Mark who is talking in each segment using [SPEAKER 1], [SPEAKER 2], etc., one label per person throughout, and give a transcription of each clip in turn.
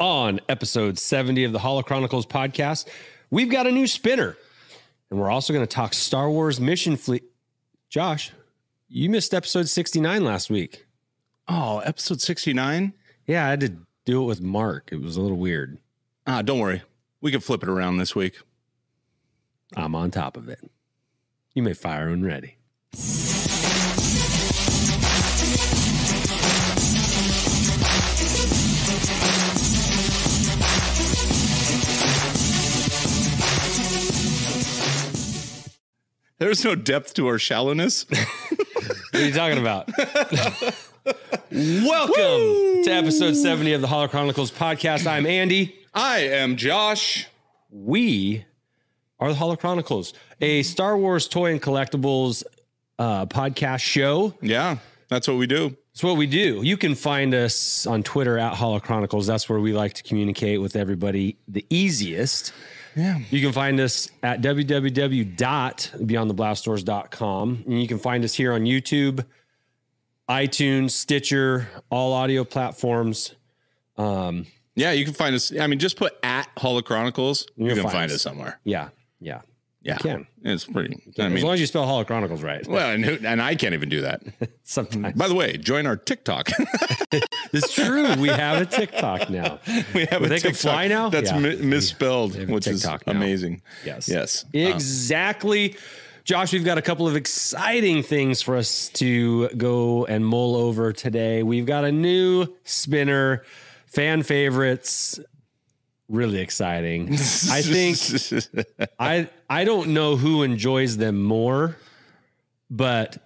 [SPEAKER 1] on episode 70 of the Holo Chronicles podcast, we've got a new spinner. And we're also going to talk Star Wars Mission Fleet. Josh, you missed episode 69 last week.
[SPEAKER 2] Oh, episode 69?
[SPEAKER 1] Yeah, I had to do it with Mark. It was a little weird.
[SPEAKER 2] Ah, don't worry. We can flip it around this week.
[SPEAKER 1] I'm on top of it. You may fire when ready.
[SPEAKER 2] There's no depth to our shallowness.
[SPEAKER 1] What are you talking about? Welcome to episode 70 of the Holo Chronicles podcast. I'm Andy.
[SPEAKER 2] I am Josh.
[SPEAKER 1] we are the Holo Chronicles, a Star Wars toy and collectibles uh, podcast show.
[SPEAKER 2] Yeah, that's what we do.
[SPEAKER 1] It's what we do. You can find us on Twitter at Holo Chronicles. That's where we like to communicate with everybody the easiest.
[SPEAKER 2] Yeah.
[SPEAKER 1] You can find us at www.beyondtheblastdoors.com. And you can find us here on YouTube, iTunes, Stitcher, all audio platforms. Um,
[SPEAKER 2] Yeah, you can find us. I mean, just put at Holo Chronicles. You
[SPEAKER 1] You'll
[SPEAKER 2] can
[SPEAKER 1] find
[SPEAKER 2] find
[SPEAKER 1] us.
[SPEAKER 2] us somewhere.
[SPEAKER 1] yeah, yeah.
[SPEAKER 2] Yeah.
[SPEAKER 1] can.
[SPEAKER 2] It's pretty. I
[SPEAKER 1] as
[SPEAKER 2] mean,
[SPEAKER 1] long as you spell Holo Chronicles right.
[SPEAKER 2] well, and, who- and I can't even do that.
[SPEAKER 1] Sometimes.
[SPEAKER 2] By the way, join our TikTok.
[SPEAKER 1] It's true. We have a TikTok now.
[SPEAKER 2] we have
[SPEAKER 1] Well,
[SPEAKER 2] a
[SPEAKER 1] they
[SPEAKER 2] TikTok.
[SPEAKER 1] can fly now?
[SPEAKER 2] That's
[SPEAKER 1] Yeah.
[SPEAKER 2] mi- misspelled,
[SPEAKER 1] have a
[SPEAKER 2] which is
[SPEAKER 1] TikTok now.
[SPEAKER 2] amazing.
[SPEAKER 1] Yes.
[SPEAKER 2] Yes.
[SPEAKER 1] Exactly. Josh, we've got a couple of exciting things for us to go and mull over today. We've got a new spinner, fan favorites. Really exciting. I think I I don't know who enjoys them more, but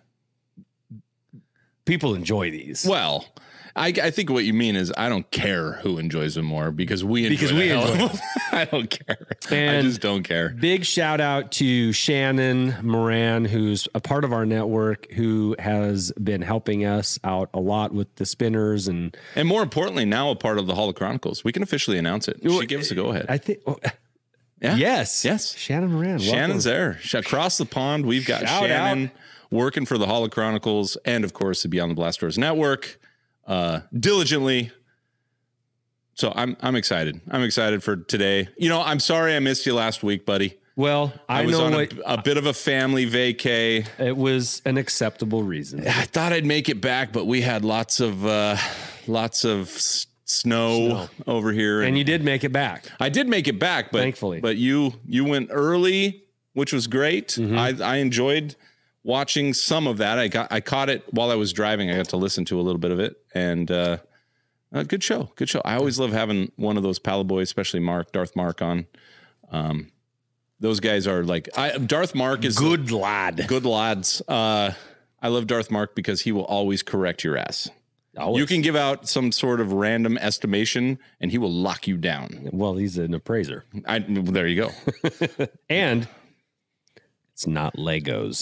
[SPEAKER 1] people enjoy these.
[SPEAKER 2] Well, I, I think what you mean is I don't care who enjoys them more because we enjoy
[SPEAKER 1] Because
[SPEAKER 2] the
[SPEAKER 1] we
[SPEAKER 2] hell
[SPEAKER 1] enjoy
[SPEAKER 2] out of them. I don't care. I
[SPEAKER 1] And-
[SPEAKER 2] just don't care.
[SPEAKER 1] Big shout out to Shannon Moran, who's a part of our network, who has been helping us out a lot with the spinners. And
[SPEAKER 2] And more importantly, now a part of the Hall of Chronicles, we can officially announce it. She gave us a go ahead.
[SPEAKER 1] I think, oh,
[SPEAKER 2] Yeah.
[SPEAKER 1] yes,
[SPEAKER 2] Yes.
[SPEAKER 1] Shannon Moran. welcome.
[SPEAKER 2] Shannon's there. Sh- Across the pond, we've got
[SPEAKER 1] Shout
[SPEAKER 2] Shannon working for the Hall of Chronicles and, of course, the Beyond the Blast Doors Network uh, diligently. So I'm I'm excited. I'm excited for today. You know, I'm sorry I missed you last week, buddy.
[SPEAKER 1] Well, I,
[SPEAKER 2] I, was
[SPEAKER 1] know
[SPEAKER 2] on
[SPEAKER 1] what,
[SPEAKER 2] a, a bit of a family vacay.
[SPEAKER 1] it was an acceptable reason.
[SPEAKER 2] I thought I'd make it back, but we had lots of uh, lots of s- snow, over here, and,
[SPEAKER 1] And you did make it back.
[SPEAKER 2] I did make it back, but
[SPEAKER 1] Thankfully.
[SPEAKER 2] but you you went early, which was great. I I enjoyed watching some of that. I got I caught it while I was driving. I got to listen to a little bit of it, and uh, uh, good show, good show. I always love having one of those Palaboys, especially Mark Darth Mark on. Um, those guys are like I, Darth Mark is good
[SPEAKER 1] lad.
[SPEAKER 2] good lads. Uh, I love Darth Mark because he will always correct your ass.
[SPEAKER 1] Always.
[SPEAKER 2] You can give out some sort of random estimation, and he will lock you down.
[SPEAKER 1] Well, he's an appraiser.
[SPEAKER 2] I, there you go.
[SPEAKER 1] And it's not Legos.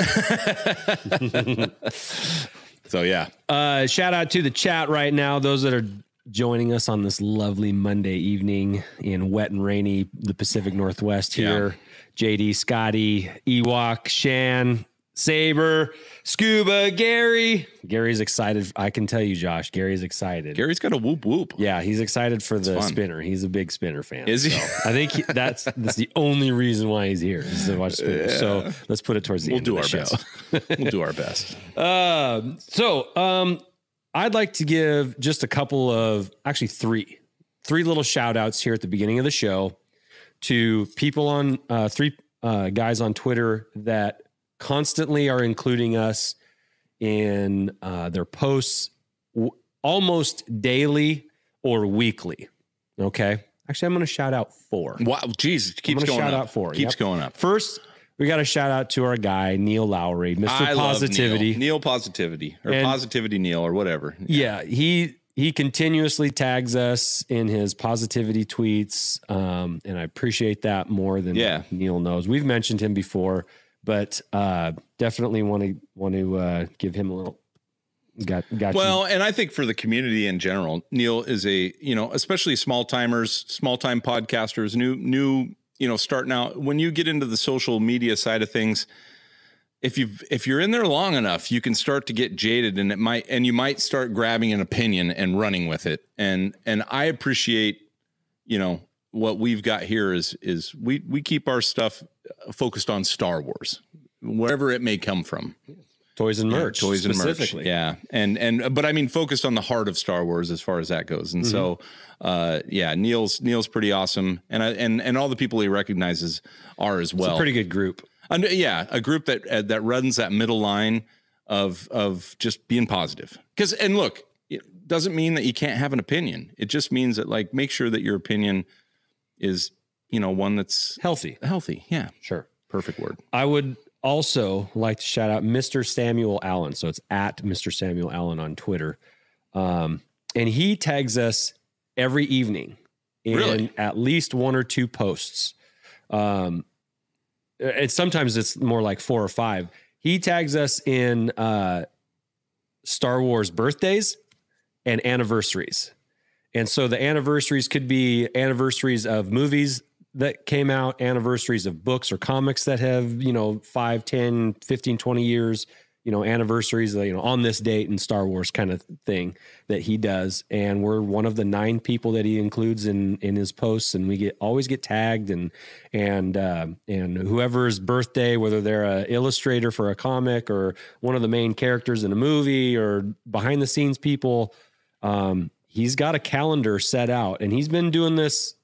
[SPEAKER 2] So yeah,
[SPEAKER 1] Uh, shout out to the chat right now. Those that are joining us on this lovely Monday evening in wet and rainy, the Pacific Northwest here. JD, Scotty, Ewok, Shan, Saber, Scuba, Gary. Gary's excited. I can tell you, Josh, Gary's excited.
[SPEAKER 2] Gary's got a whoop whoop.
[SPEAKER 1] yeah, he's excited for the
[SPEAKER 2] fun.
[SPEAKER 1] spinner. He's a big spinner fan.
[SPEAKER 2] Is he?
[SPEAKER 1] I think he- that's that's the only reason why he's here is to watch spinner. So let's put it towards the
[SPEAKER 2] we'll
[SPEAKER 1] end of
[SPEAKER 2] do
[SPEAKER 1] the
[SPEAKER 2] our
[SPEAKER 1] show.
[SPEAKER 2] best. we'll do our best.
[SPEAKER 1] Um, so um, I'd like to give just a couple of actually three, three little shout outs here at the beginning of the show to people on uh, three uh, guys on Twitter that constantly are including us in uh, their posts w- almost daily or weekly. Okay. Actually, I'm going to shout out four.
[SPEAKER 2] Wow, jeez, it keeps
[SPEAKER 1] gonna
[SPEAKER 2] going
[SPEAKER 1] shout
[SPEAKER 2] up.
[SPEAKER 1] out for it,
[SPEAKER 2] keeps
[SPEAKER 1] yep.
[SPEAKER 2] going up.
[SPEAKER 1] First, we got to shout out to our guy, Neil Lowry, Mr.
[SPEAKER 2] love
[SPEAKER 1] Positivity.
[SPEAKER 2] Neil. Neil positivity or
[SPEAKER 1] And-
[SPEAKER 2] positivity Neil or whatever.
[SPEAKER 1] yeah he he continuously tags us in his positivity tweets um and i appreciate that more than
[SPEAKER 2] Yeah.
[SPEAKER 1] neil knows we've mentioned him before but uh definitely want to want to uh give him a little got got you.
[SPEAKER 2] Well, and I think for the community in general, Neil is a you know especially small timers, small time podcasters, new new you know starting out. When you get into the social media side of things, if you if you're in there long enough, you can start to get jaded, and it might and you might start grabbing an opinion and running with it. And and I appreciate you know what we've got here is is we we keep our stuff focused on Star Wars, wherever it may come from.
[SPEAKER 1] Toys and
[SPEAKER 2] Yeah,
[SPEAKER 1] merch.
[SPEAKER 2] toys and merch.
[SPEAKER 1] specifically.
[SPEAKER 2] Yeah, and and but I mean focused on the heart of Star Wars as far as that goes. And so,
[SPEAKER 1] Mm-hmm.
[SPEAKER 2] uh, yeah, Neil's Neil's pretty awesome, and I and and all the people he recognizes are as
[SPEAKER 1] It's
[SPEAKER 2] well.
[SPEAKER 1] a pretty good group.
[SPEAKER 2] And, uh, yeah, a group that uh, that runs that middle line of of just being positive. Because and look, it doesn't mean that you can't have an opinion. It just means that like make sure that your opinion is you know one that's
[SPEAKER 1] Healthy.
[SPEAKER 2] healthy. Yeah,
[SPEAKER 1] Sure.
[SPEAKER 2] perfect word.
[SPEAKER 1] I would also like to shout out Mr. Samuel Allen. So it's at Mr. Samuel Allen on Twitter. Um, and he tags us every evening in
[SPEAKER 2] Really?
[SPEAKER 1] at least one or two posts. Um, and sometimes it's more like four or five. He tags us in uh, Star Wars birthdays and anniversaries. And so the anniversaries could be anniversaries of movies that came out, anniversaries of books or comics that have, you know, 5, 10, 15, 20 years, you know, anniversaries, you know, on this date and Star Wars kind of thing that he does. And we're one of the nine people that he includes in in his posts and we get always get tagged and and uh, and whoever's birthday, whether they're a illustrator for a comic or one of the main characters in a movie or behind the scenes people, um, he's got a calendar set out and he's been doing this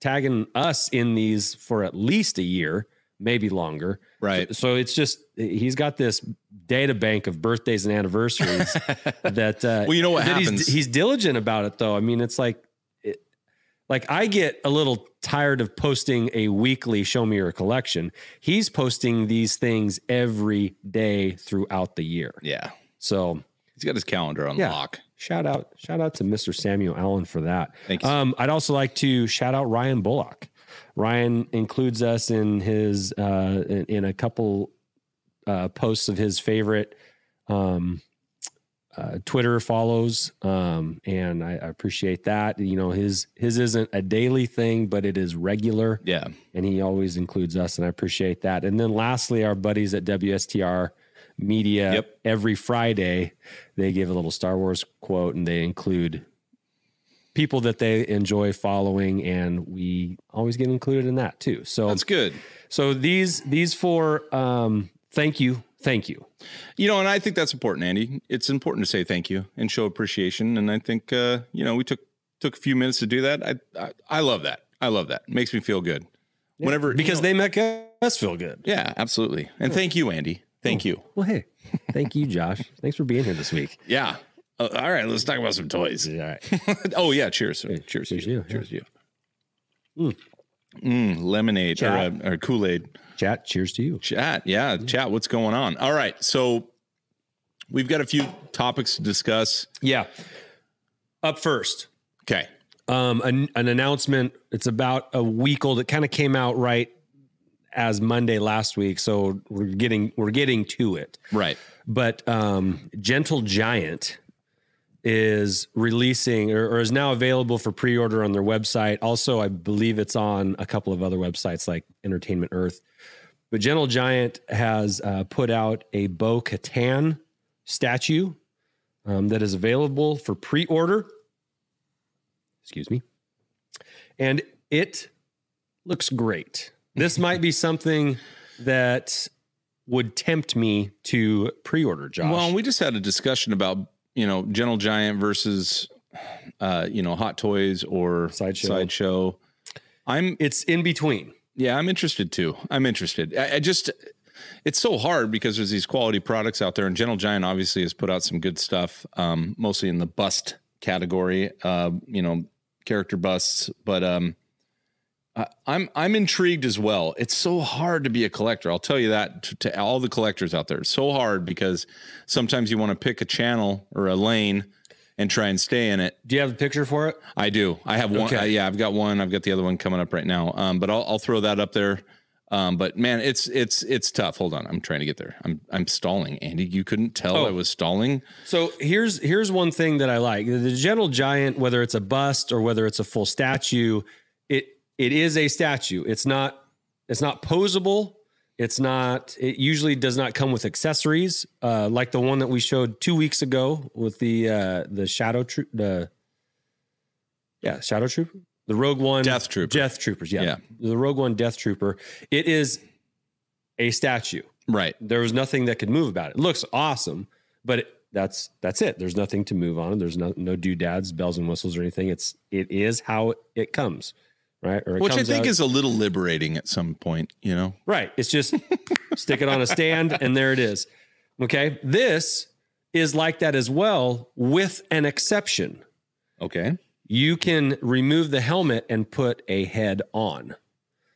[SPEAKER 1] tagging us in these for at least a year maybe longer
[SPEAKER 2] Right.
[SPEAKER 1] so it's just he's got this data bank of birthdays and anniversaries that uh
[SPEAKER 2] Well, you know what
[SPEAKER 1] that
[SPEAKER 2] happens.
[SPEAKER 1] he's, he's diligent about it though i mean it's like it, like i get a little tired of posting a weekly show me your collection he's posting these things every day throughout the year
[SPEAKER 2] yeah,
[SPEAKER 1] so
[SPEAKER 2] he's got his calendar on
[SPEAKER 1] Yeah.
[SPEAKER 2] lock.
[SPEAKER 1] Shout out, shout out to Mr. Samuel Allen for that.
[SPEAKER 2] Thank you.
[SPEAKER 1] Um, I'd also like to shout out Ryan Bullock. Ryan includes us in his uh, in, in a couple uh, posts of his favorite um, uh, Twitter follows, um, and I, I appreciate that. You know, his his isn't a daily thing, but it is regular
[SPEAKER 2] yeah.
[SPEAKER 1] and he always includes us, and I appreciate that. And then lastly, our buddies at WSTR Media
[SPEAKER 2] Yep.
[SPEAKER 1] every Friday they give a little Star Wars quote, and they include people that they enjoy following, and we always get included in that too. So,
[SPEAKER 2] That's good.
[SPEAKER 1] so these these four, um, thank you, thank you.
[SPEAKER 2] You know, and I think that's important, Andy. It's important to say thank you and show appreciation. And I think uh, you know we took took a few minutes to do that. I I, I love that. I love that. Makes me feel good. Whenever
[SPEAKER 1] because they make us feel good.
[SPEAKER 2] they yeah, absolutely. And thank you, Andy. Thank you.
[SPEAKER 1] Well, hey, thank you, Josh. Thanks for being here this week.
[SPEAKER 2] Yeah. Uh, all right, let's talk about some toys.
[SPEAKER 1] All right.
[SPEAKER 2] oh yeah, cheers. cheers.
[SPEAKER 1] cheers
[SPEAKER 2] to you.
[SPEAKER 1] to you, yeah.
[SPEAKER 2] Cheers to you.
[SPEAKER 1] Hmm.
[SPEAKER 2] Mm, lemonade or,
[SPEAKER 1] Chat.
[SPEAKER 2] uh, or Kool Aid.
[SPEAKER 1] Chat. Cheers to you.
[SPEAKER 2] Chat, yeah, chat. What's going on? All right, so we've got a few topics to discuss.
[SPEAKER 1] Yeah. Up first,
[SPEAKER 2] Okay,
[SPEAKER 1] um, an, an announcement. It's about a week old. It kind of came out right as Monday last week, so we're getting we're getting to it.
[SPEAKER 2] right.
[SPEAKER 1] But um, Gentle Giant is releasing or, or is now available for pre-order on their website. Also, I believe it's on a couple of other websites like Entertainment Earth. But Gentle Giant has uh, put out a Bo Katan statue um, that is available for pre-order. Excuse me, and it looks great. This might be something that would tempt me to pre-order, Josh.
[SPEAKER 2] Well, we just had a discussion about you know Gentle Giant versus uh, you know Hot Toys or
[SPEAKER 1] Sideshow.
[SPEAKER 2] Sideshow. I'm
[SPEAKER 1] it's in between.
[SPEAKER 2] Yeah, I'm interested too. I'm interested. I, I just, it's so hard because there's these quality products out there, and Gentle Giant obviously has put out some good stuff, um, mostly in the bust category. Uh, you know, character busts, but um, I, I'm I'm intrigued as well. It's so hard to be a collector. I'll tell you that to, to all the collectors out there. It's so hard because sometimes you want to pick a channel or a lane and try and stay in it.
[SPEAKER 1] Do you have a picture for it?
[SPEAKER 2] I do. I have one.
[SPEAKER 1] Okay.
[SPEAKER 2] uh, yeah, I've got one. I've got the other one coming up right now. Um, but I'll, I'll throw that up there. Um, but man, it's it's it's tough. Hold on, I'm trying to get there. I'm I'm stalling, Andy. You couldn't tell
[SPEAKER 1] Oh.
[SPEAKER 2] I was stalling.
[SPEAKER 1] So here's here's one thing that I like. The gentle giant, whether it's a bust or whether it's a full statue, it it is a statue. It's not it's not posable. It's not. It usually does not come with accessories, uh, like the one that we showed two weeks ago with the uh, the shadow troop. The yeah, shadow trooper. the Rogue One
[SPEAKER 2] Death Trooper.
[SPEAKER 1] Death Troopers. Yeah.
[SPEAKER 2] Yeah.
[SPEAKER 1] the Rogue One Death Trooper. It is a statue.
[SPEAKER 2] Right.
[SPEAKER 1] There was nothing that could move about it. it looks awesome, but it, that's that's it. There's nothing to move on. it. There's no no doodads, bells and whistles, or anything. It's it is how it comes, right? Or it
[SPEAKER 2] Which I
[SPEAKER 1] comes
[SPEAKER 2] think
[SPEAKER 1] out-
[SPEAKER 2] is a little liberating at some point, you know?
[SPEAKER 1] Right. It's just stick it on a stand and there it is. Okay. This is like that as well, with an exception.
[SPEAKER 2] Okay.
[SPEAKER 1] You can remove the helmet and put a head on.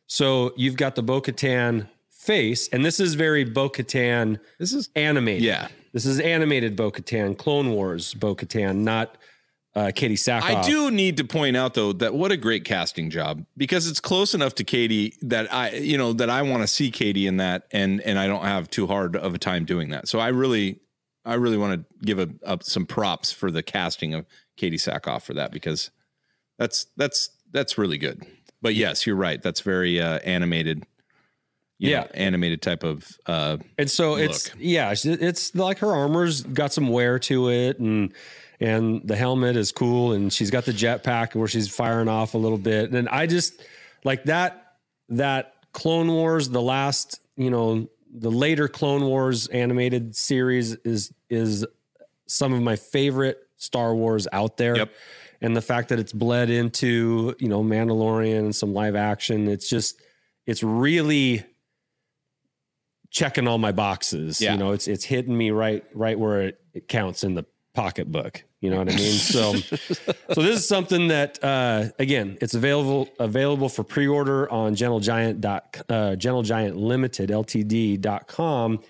[SPEAKER 1] So you've got the Bo Katan face, and this is very Bo Katan
[SPEAKER 2] This is
[SPEAKER 1] animated.
[SPEAKER 2] yeah.
[SPEAKER 1] This is animated Bo Katan, Clone Wars Bo Katan, not uh, Katie Sackhoff.
[SPEAKER 2] I do need to point out though that what a great casting job because it's close enough to Katie that I you know that I want to see Katie in that and and I don't have too hard of a time doing that. So I really I really want to give a, up some props for the casting of Katie Sackhoff for that because that's that's that's really good. But yes, you're right. That's very uh, animated. you
[SPEAKER 1] Yeah.
[SPEAKER 2] know, animated type of uh,
[SPEAKER 1] And so it's yeah, it's, it's like her armor's got some wear to it, and and the helmet is cool, and she's got the jetpack where she's firing off a little bit. And I just like that that Clone Wars, the last you know the later Clone Wars animated series is is some of my favorite Star Wars out there.
[SPEAKER 2] Yep.
[SPEAKER 1] And the fact that it's bled into you know Mandalorian and some live action, it's just it's really checking all my boxes.
[SPEAKER 2] Yeah.
[SPEAKER 1] You know, it's it's hitting me right right where it, it counts in the pocketbook. You know what I mean? So so this is something that uh again, it's available available for pre-order on Gentle Giant dot uh Gentle Giant Limited LTD.com.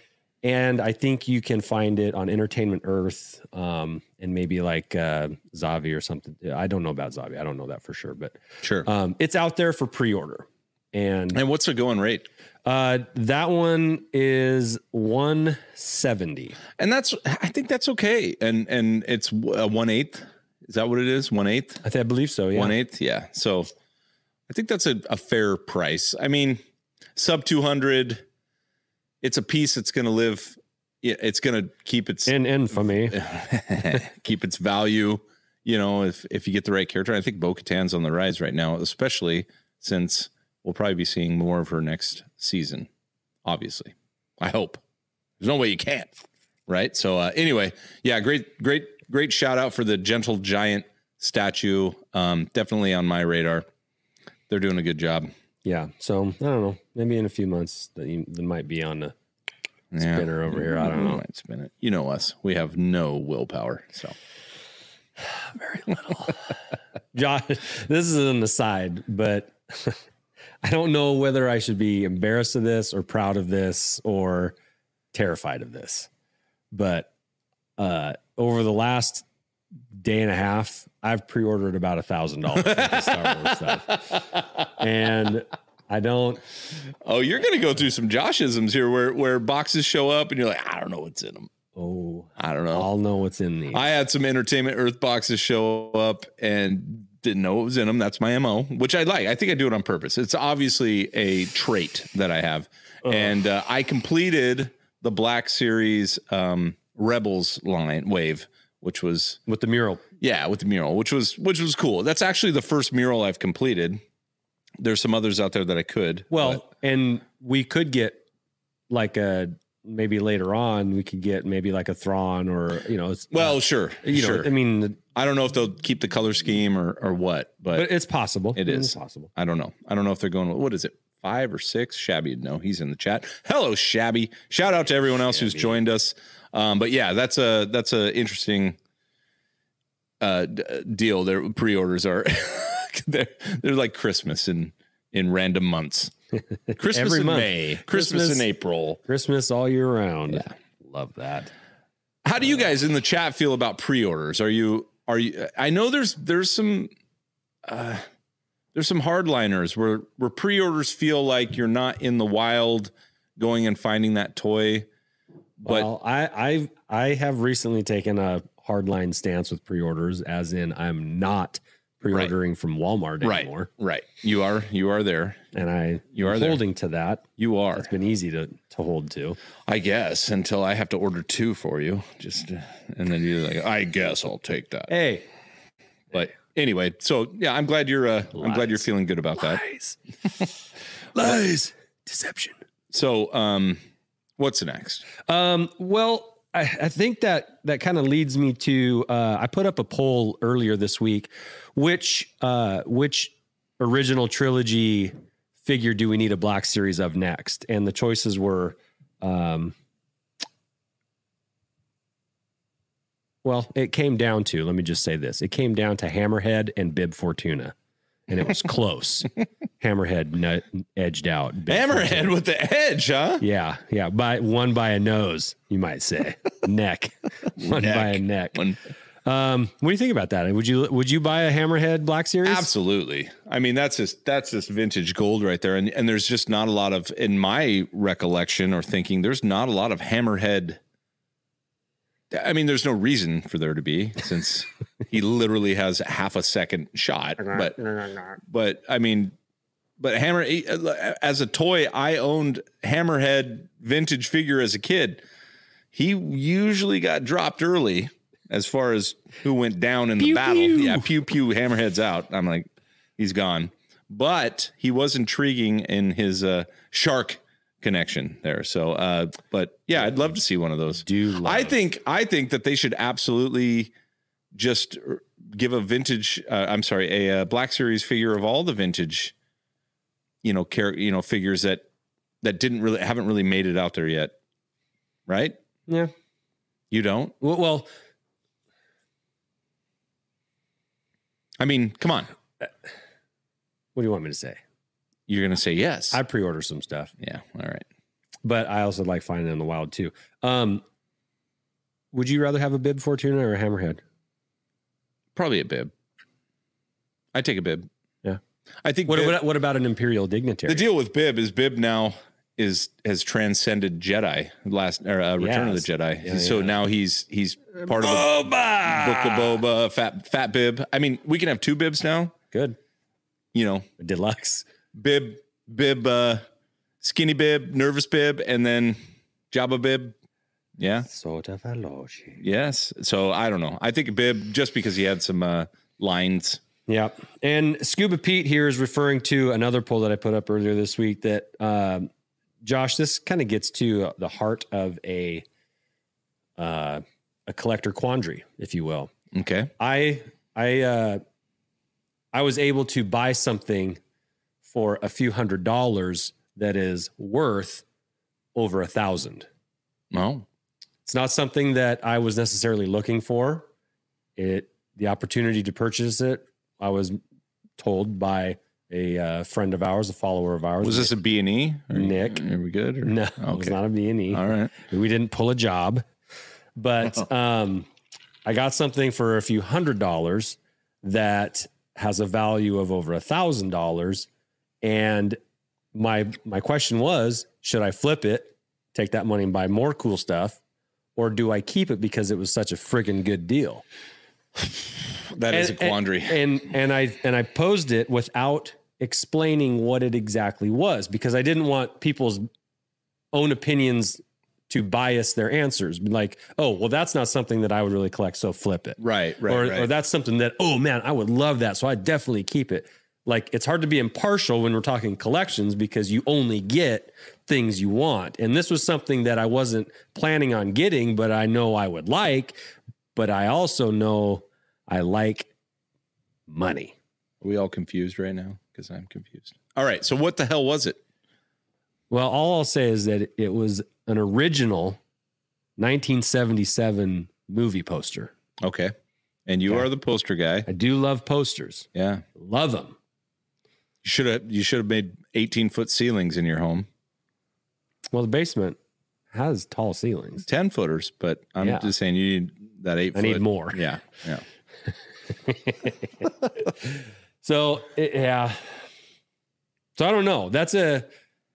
[SPEAKER 1] And I think you can find it on Entertainment Earth um, and maybe like uh, Zavi or something. I don't know about Zavi. I don't know that for sure, but
[SPEAKER 2] sure.
[SPEAKER 1] um, it's out there for pre order. And
[SPEAKER 2] and what's the going rate?
[SPEAKER 1] uh, that one is 170.
[SPEAKER 2] And that's I think that's okay. And and it's uh, one eighth. Is that what it is? One eighth.
[SPEAKER 1] I, th- I believe so. Yeah.
[SPEAKER 2] One eighth. Yeah. So I think that's a, a fair price. I mean, sub two hundred. It's a piece that's going to live. yeah, It's going to keep its
[SPEAKER 1] And and for me,
[SPEAKER 2] keep its value. You know, if if you get the right character, I think Bo Katan's on the rise right now, especially since we'll probably be seeing more of her next season. Obviously, I hope. There's no way you can't, right? So uh, anyway, yeah, great, great, great shout out for the gentle giant statue. Um, definitely on my radar. They're doing a good job.
[SPEAKER 1] yeah. So I don't know. Maybe in a few months that you that might be on the
[SPEAKER 2] Yeah.
[SPEAKER 1] spinner over here. I don't know.
[SPEAKER 2] Might spin it. You know us. We have no willpower. So
[SPEAKER 1] Josh. This is an aside, but I don't know whether I should be embarrassed of this or proud of this or terrified of this. But uh, over the last day and a half, I've pre-ordered about a thousand dollars worth of Star Wars stuff, and I don't
[SPEAKER 2] Oh, you're gonna go through some Joshisms here, where where boxes show up and you're like, I don't know what's in them.
[SPEAKER 1] Oh,
[SPEAKER 2] I don't know.
[SPEAKER 1] I'll know what's in these.
[SPEAKER 2] I had some Entertainment Earth boxes show up and didn't know what was in them. That's my mo, which I like. I think I do it on purpose. It's obviously a trait that I have, and uh, I completed the Black Series um, Rebels line wave, which was
[SPEAKER 1] with the mural.
[SPEAKER 2] yeah, with the mural, which was which was cool. That's actually the first mural I've completed. There's some others out there that I could.
[SPEAKER 1] Well,
[SPEAKER 2] but-
[SPEAKER 1] and we could get like a maybe later on we could get maybe like a Thrawn or you know it's
[SPEAKER 2] well, sure,
[SPEAKER 1] you know
[SPEAKER 2] sure.
[SPEAKER 1] I mean the-
[SPEAKER 2] I don't know if they'll keep the color scheme or or what, but,
[SPEAKER 1] but it's possible
[SPEAKER 2] It
[SPEAKER 1] It's
[SPEAKER 2] is.
[SPEAKER 1] possible
[SPEAKER 2] I don't know. I don't know if they're going. with- What is it? Five or six? Shabby? would know. he's in the chat. Hello, Shabby. Shout out to everyone else who's joined us. Um, but yeah, that's a that's a interesting uh, d- deal. Their pre-orders are they're they're like Christmas in in random months. Christmas
[SPEAKER 1] Every
[SPEAKER 2] in
[SPEAKER 1] month.
[SPEAKER 2] May, Christmas,
[SPEAKER 1] Christmas.
[SPEAKER 2] in April.
[SPEAKER 1] Christmas all year round
[SPEAKER 2] Yeah.
[SPEAKER 1] love that
[SPEAKER 2] How do you guys in the chat feel about pre-orders? Are you are you I know there's there's some uh there's some hardliners where where pre-orders feel like you're not in the wild going and finding that toy. But
[SPEAKER 1] well I I I have recently taken a hardline stance with pre-orders as in I'm not pre-ordering from Walmart
[SPEAKER 2] Right.
[SPEAKER 1] anymore
[SPEAKER 2] right, you are you are there.
[SPEAKER 1] and I
[SPEAKER 2] You are there.
[SPEAKER 1] holding to that
[SPEAKER 2] You are.
[SPEAKER 1] it's been easy to to hold to
[SPEAKER 2] I guess until I have to order two for you just uh, and then you're like I guess I'll take that.
[SPEAKER 1] hey
[SPEAKER 2] But Anyway, so yeah, I'm glad you're. Uh, I'm glad you're
[SPEAKER 1] Lies.
[SPEAKER 2] feeling good about that.
[SPEAKER 1] Lies. Lies. Deception.
[SPEAKER 2] So, um, what's next?
[SPEAKER 1] Um, well, I, I think that that kind of leads me to uh, I put up a poll earlier this week, which uh, which original trilogy figure do we need a black series of next? And the choices were, um, well, it came down to let me just say this: it came down to Hammerhead and Bib Fortuna. And it was close. Hammerhead nut, edged out. Bib Fortuna.
[SPEAKER 2] Hammerhead with the edge, huh?
[SPEAKER 1] Yeah, yeah. By one by a nose, you might say neck. One by a neck.
[SPEAKER 2] One-
[SPEAKER 1] Um, what do you think about that? Would you would you buy a Hammerhead Black Series?
[SPEAKER 2] Absolutely. I mean, that's just that's just vintage gold right there. And and there's just not a lot of in my recollection or thinking, there's not a lot of hammerhead. I mean, there's no reason for there to be since he literally has half a second shot. But but I mean, but hammer as a toy, I owned hammerhead vintage figure as a kid. He usually got dropped early as far as who went down in the
[SPEAKER 1] Pew,
[SPEAKER 2] battle.
[SPEAKER 1] pew.
[SPEAKER 2] Yeah, pew pew, hammerhead's out. I'm like, he's gone. But he was intriguing in his uh, shark connection there. So, uh, but yeah, I'd love to see one of those.
[SPEAKER 1] Do you
[SPEAKER 2] I
[SPEAKER 1] love-
[SPEAKER 2] think I think that they should absolutely just r- give a vintage. Uh, I'm sorry, a, uh Black Series figure of all the vintage, you know, care you know figures that that didn't really haven't really made it out there yet, right?
[SPEAKER 1] Yeah.
[SPEAKER 2] You don't.
[SPEAKER 1] Well, well,
[SPEAKER 2] I mean, come on.
[SPEAKER 1] what do you want me to say?
[SPEAKER 2] You're gonna say yes.
[SPEAKER 1] I pre-order some stuff,
[SPEAKER 2] yeah. All right.
[SPEAKER 1] but I also like finding it in the wild too. Um, would you rather have a Bib Fortuna or a Hammerhead?
[SPEAKER 2] Probably a bib. I take a bib.
[SPEAKER 1] Yeah.
[SPEAKER 2] I think
[SPEAKER 1] What,
[SPEAKER 2] bib-
[SPEAKER 1] what, what about an Imperial Dignitary?
[SPEAKER 2] the deal with Bib is Bib now is has transcended Jedi last or uh, Return of
[SPEAKER 1] Yes.
[SPEAKER 2] the Jedi.
[SPEAKER 1] Yeah,
[SPEAKER 2] so
[SPEAKER 1] yeah. Ah.
[SPEAKER 2] now he's he's part of the Book of Boba, Fat Fat Bib. I mean, we can have two bibs now.
[SPEAKER 1] Good
[SPEAKER 2] You know,
[SPEAKER 1] deluxe.
[SPEAKER 2] Bib Bib, uh, skinny Bib, nervous Bib, and then Jabba Bib. Yeah.
[SPEAKER 1] Sort of a logi.
[SPEAKER 2] Yes. So I don't know. I think Bib just because he had some uh, lines.
[SPEAKER 1] Yeah. And Scuba Pete here is referring to another poll that I put up earlier this week that, um, Josh, this kind of gets to the heart of a uh, a collector quandary, if you will.
[SPEAKER 2] Okay.
[SPEAKER 1] I I uh, I was able to buy something for a few hundred dollars that is worth over a thousand.
[SPEAKER 2] No.
[SPEAKER 1] It's not something that I was necessarily looking for. It the opportunity to purchase it, I was told by a uh, friend of ours, a follower of ours.
[SPEAKER 2] Was this a B and E? Are you-
[SPEAKER 1] Nick.
[SPEAKER 2] Are we good? or-
[SPEAKER 1] no? It was
[SPEAKER 2] Okay.
[SPEAKER 1] not a B and E.
[SPEAKER 2] All right.
[SPEAKER 1] We didn't pull a job, but um, I got something for a few hundred dollars that has a value of over a thousand dollars. And my my question was, should I flip it, take that money and buy more cool stuff, or do I keep it because it was such a friggin' good deal?
[SPEAKER 2] That is
[SPEAKER 1] And-
[SPEAKER 2] a quandary.
[SPEAKER 1] And and I and I posed it without explaining what it exactly was because I didn't want people's own opinions to bias their answers. Be Like, oh, well, that's not something that I would really collect, so flip it.
[SPEAKER 2] right. Right.
[SPEAKER 1] or,
[SPEAKER 2] right.
[SPEAKER 1] or that's something that, oh man, I would love that, so I definitely keep it. Like, it's hard to be impartial when we're talking collections because you only get things you want. And this was something that I wasn't planning on getting, but I know I would like. But I also know I like money.
[SPEAKER 2] Are we all confused right now? Because I'm confused. All right. So what the hell was it?
[SPEAKER 1] Well, all I'll say is that it was an original 1977 movie poster.
[SPEAKER 2] Okay. And you
[SPEAKER 1] Okay.
[SPEAKER 2] are the poster guy.
[SPEAKER 1] I do love posters,
[SPEAKER 2] Yeah.
[SPEAKER 1] love them.
[SPEAKER 2] You should have you should have made 18 foot ceilings in your home.
[SPEAKER 1] Well, the basement has tall ceilings.
[SPEAKER 2] 10 footers, but I'm
[SPEAKER 1] Yeah.
[SPEAKER 2] just saying you need that eight
[SPEAKER 1] I
[SPEAKER 2] foot.
[SPEAKER 1] need more.
[SPEAKER 2] Yeah. Yeah.
[SPEAKER 1] So it, yeah. So I don't know. That's a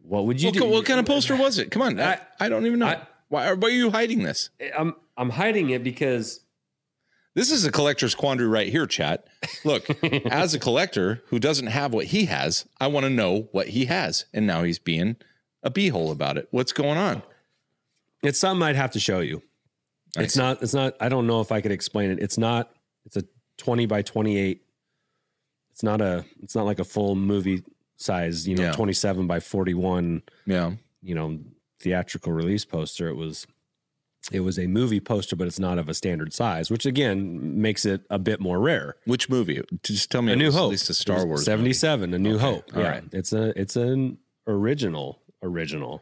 [SPEAKER 1] what would you
[SPEAKER 2] What,
[SPEAKER 1] do?
[SPEAKER 2] what kind of poster was it? Come on. I, I don't even know.
[SPEAKER 1] I-
[SPEAKER 2] why, are, why are you hiding this?
[SPEAKER 1] I'm I'm hiding it because
[SPEAKER 2] This is a collector's quandary right here, chat. Look, as a collector who doesn't have what he has, I want to know what he has. And now he's being a beehole about it. What's going on?
[SPEAKER 1] it's something I'd have to show you.
[SPEAKER 2] Nice.
[SPEAKER 1] It's not. It's not. I don't know if I could explain it. It's not. It's a twenty by twenty eight It's not a. It's not like a full movie size. You know,
[SPEAKER 2] Yeah.
[SPEAKER 1] twenty seven by forty one.
[SPEAKER 2] Yeah.
[SPEAKER 1] You know, theatrical release poster. It was. It was a movie poster, but it's not of a standard size, which again makes it a bit more rare.
[SPEAKER 2] Which movie? Just tell me.
[SPEAKER 1] A
[SPEAKER 2] it
[SPEAKER 1] New
[SPEAKER 2] was
[SPEAKER 1] Hope,
[SPEAKER 2] At least a Star Wars.
[SPEAKER 1] seventy
[SPEAKER 2] movie.
[SPEAKER 1] seven, A New
[SPEAKER 2] Okay,
[SPEAKER 1] Hope.
[SPEAKER 2] all
[SPEAKER 1] yeah,
[SPEAKER 2] right.
[SPEAKER 1] it's a it's an original original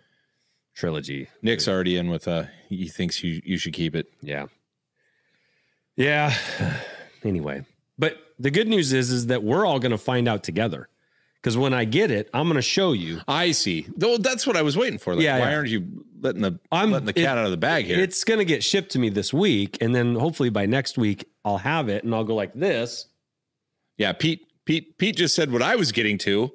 [SPEAKER 1] trilogy.
[SPEAKER 2] Nick's already in with uh He thinks you you should keep it.
[SPEAKER 1] Yeah. Yeah. anyway, but the good news is is that we're all going to find out together. Cuz when I get it, I'm going to show you.
[SPEAKER 2] I see. Though that's what I was waiting for. Like,
[SPEAKER 1] Yeah,
[SPEAKER 2] Why
[SPEAKER 1] yeah.
[SPEAKER 2] aren't you letting the
[SPEAKER 1] I'm-
[SPEAKER 2] letting the
[SPEAKER 1] it-
[SPEAKER 2] cat out of the bag here?
[SPEAKER 1] It's going to get shipped to me this week and then hopefully by next week I'll have it and I'll go like this.
[SPEAKER 2] Yeah, Pete. Pete. Pete just said what I was getting to.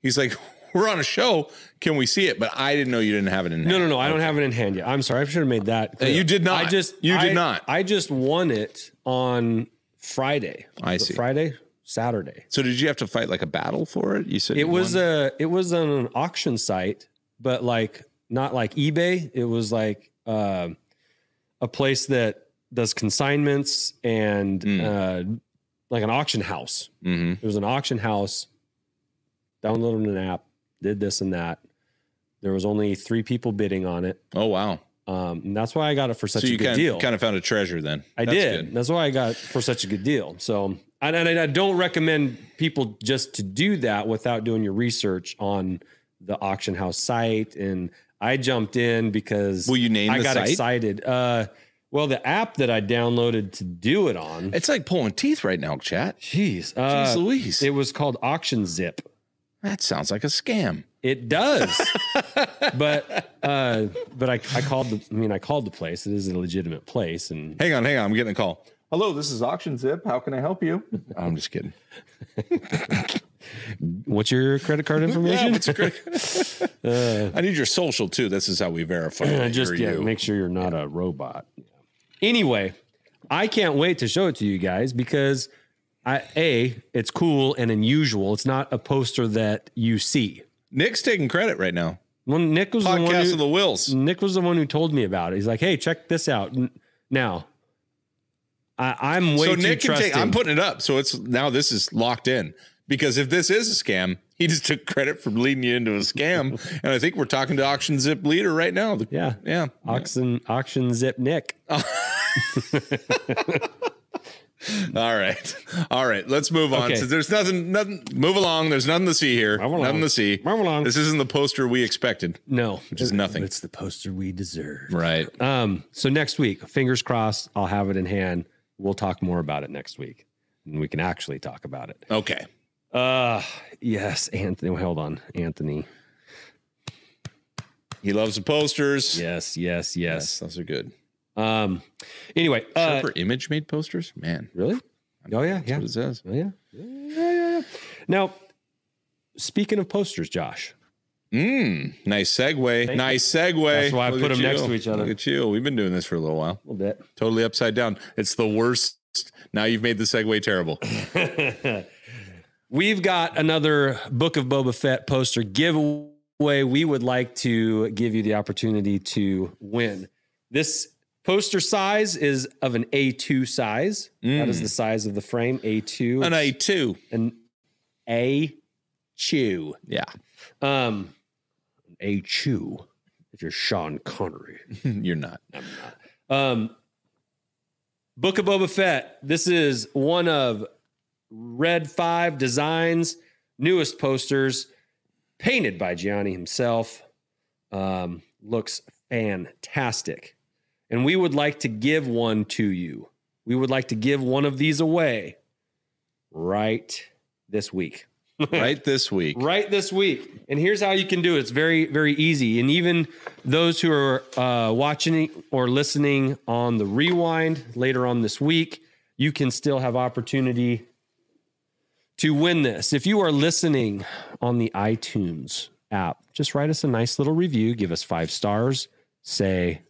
[SPEAKER 2] He's like, "We're on a show. Can we see it?" But I didn't know you didn't have it in.
[SPEAKER 1] No,
[SPEAKER 2] hand.
[SPEAKER 1] no, no. I don't have it in hand yet. I'm sorry. I should have made that.
[SPEAKER 2] Uh,
[SPEAKER 1] clear.
[SPEAKER 2] you did not.
[SPEAKER 1] I just
[SPEAKER 2] You did
[SPEAKER 1] I-
[SPEAKER 2] not.
[SPEAKER 1] I just won it on Friday.
[SPEAKER 2] I
[SPEAKER 1] Was it
[SPEAKER 2] see.
[SPEAKER 1] Friday, Saturday.
[SPEAKER 2] So did you have to fight like a battle for it? You said
[SPEAKER 1] It
[SPEAKER 2] you
[SPEAKER 1] was
[SPEAKER 2] won?
[SPEAKER 1] a it was on an auction site, but like not like eBay. It was like um a place that does consignments and
[SPEAKER 2] Hmm.
[SPEAKER 1] uh, like an auction house.
[SPEAKER 2] Mhm.
[SPEAKER 1] It was an auction house. Downloaded an app, did this and that. There was only three people bidding on it.
[SPEAKER 2] Oh wow!
[SPEAKER 1] Um, and that's why I got it for such
[SPEAKER 2] so
[SPEAKER 1] a
[SPEAKER 2] you
[SPEAKER 1] good
[SPEAKER 2] kind
[SPEAKER 1] deal.
[SPEAKER 2] of, kind of found a treasure then.
[SPEAKER 1] I
[SPEAKER 2] That's
[SPEAKER 1] did.
[SPEAKER 2] good.
[SPEAKER 1] That's why I got for such a good deal. So, and, and I don't recommend people just to do that without doing your research on the auction house site. And I jumped in because
[SPEAKER 2] Will you name
[SPEAKER 1] I
[SPEAKER 2] the
[SPEAKER 1] got
[SPEAKER 2] site?
[SPEAKER 1] excited. Uh, well, the app that I downloaded to do it on,
[SPEAKER 2] It's like pulling teeth right now, chat.
[SPEAKER 1] jeez,
[SPEAKER 2] Jeez,
[SPEAKER 1] uh,
[SPEAKER 2] Louise,
[SPEAKER 1] it was called Auction Zip.
[SPEAKER 2] that sounds like a scam.
[SPEAKER 1] It does, but uh, but I, I called the I mean I called the place. It is a legitimate place, and
[SPEAKER 2] Hang on, hang on. I'm getting a call.
[SPEAKER 3] Hello, this is Auction Zip. How can I help you?
[SPEAKER 2] I'm just kidding.
[SPEAKER 1] what's your credit card
[SPEAKER 2] Yeah,
[SPEAKER 1] information?
[SPEAKER 2] what's a great- I need your social too. This is how we verify.
[SPEAKER 1] I
[SPEAKER 2] that
[SPEAKER 1] Uh, just
[SPEAKER 2] you're
[SPEAKER 1] yeah,
[SPEAKER 2] you.
[SPEAKER 1] make sure you're not a robot. Anyway, I can't wait to show it to you guys because I a it's cool and unusual. It's not a poster that you see.
[SPEAKER 2] Nick's taking credit right now.
[SPEAKER 1] When Nick was the one
[SPEAKER 2] Podcast
[SPEAKER 1] who,
[SPEAKER 2] of the Wills.
[SPEAKER 1] Nick was the one who told me about it. He's like, "Hey, check this out." N- Now, I, I'm way
[SPEAKER 2] so
[SPEAKER 1] too
[SPEAKER 2] Nick can
[SPEAKER 1] trusting.
[SPEAKER 2] take. I'm putting it up, so it's now this is locked in because if this is a scam, he just took credit for leading you into a scam, and I think we're talking to Auction Zip leader right now. The-
[SPEAKER 1] yeah,
[SPEAKER 2] yeah,
[SPEAKER 1] auction auction zip Nick.
[SPEAKER 2] all right, all right. Let's move on.
[SPEAKER 1] Okay.
[SPEAKER 2] So there's nothing, nothing. Move along. There's nothing to see here.
[SPEAKER 1] Move along.
[SPEAKER 2] Nothing to see.
[SPEAKER 1] Move along.
[SPEAKER 2] This isn't the poster we expected.
[SPEAKER 1] No,
[SPEAKER 2] Which is nothing.
[SPEAKER 1] It's the poster we deserve.
[SPEAKER 2] Right.
[SPEAKER 1] Um, so next week, fingers crossed, I'll have it in hand. We'll talk more about it next week, and we can actually talk about it.
[SPEAKER 2] Okay.
[SPEAKER 1] Uh yes, Anthony. well, Hold on, Anthony.
[SPEAKER 2] He loves the posters.
[SPEAKER 1] Yes, yes,
[SPEAKER 2] Yes,
[SPEAKER 1] yes.
[SPEAKER 2] those are good.
[SPEAKER 1] Um. Anyway, uh,
[SPEAKER 2] Sure, for image made posters, man.
[SPEAKER 1] really? Oh yeah,
[SPEAKER 2] That's
[SPEAKER 1] yeah,
[SPEAKER 2] what it says.
[SPEAKER 1] oh yeah, yeah, yeah, yeah. yeah. Now, speaking of posters, Josh.
[SPEAKER 2] Mm, nice segue.
[SPEAKER 1] Thank
[SPEAKER 2] nice segue.
[SPEAKER 1] That's why I put
[SPEAKER 2] at
[SPEAKER 1] 'em
[SPEAKER 2] you.
[SPEAKER 1] next to each other.
[SPEAKER 2] Look at you. We've been doing this for a little while.
[SPEAKER 1] A little bit.
[SPEAKER 2] Totally upside down. It's the worst. Now you've made the segue terrible.
[SPEAKER 1] We've got another Book of Boba Fett poster giveaway. We would like to give you the opportunity to win. This poster size is of an A2 size. That is the size of the frame, A2.
[SPEAKER 2] An A two.
[SPEAKER 1] An A chew.
[SPEAKER 2] Yeah.
[SPEAKER 1] Um, A chew, if you're Sean Connery.
[SPEAKER 2] You're not.
[SPEAKER 1] Um, Book of Boba Fett. This is one of Red Five Designs' newest posters, painted by Gianni himself. Um, looks fantastic, and we would like to give one to you. We would like to give one of these away right this week
[SPEAKER 2] Right this week.
[SPEAKER 1] right this week. And here's how you can do it. It's very, very easy. And even those who are uh, watching or listening on the rewind later on this week, you can still have opportunity to win this. If you are listening on the iTunes app, just write us a nice little review. Give us five stars. Say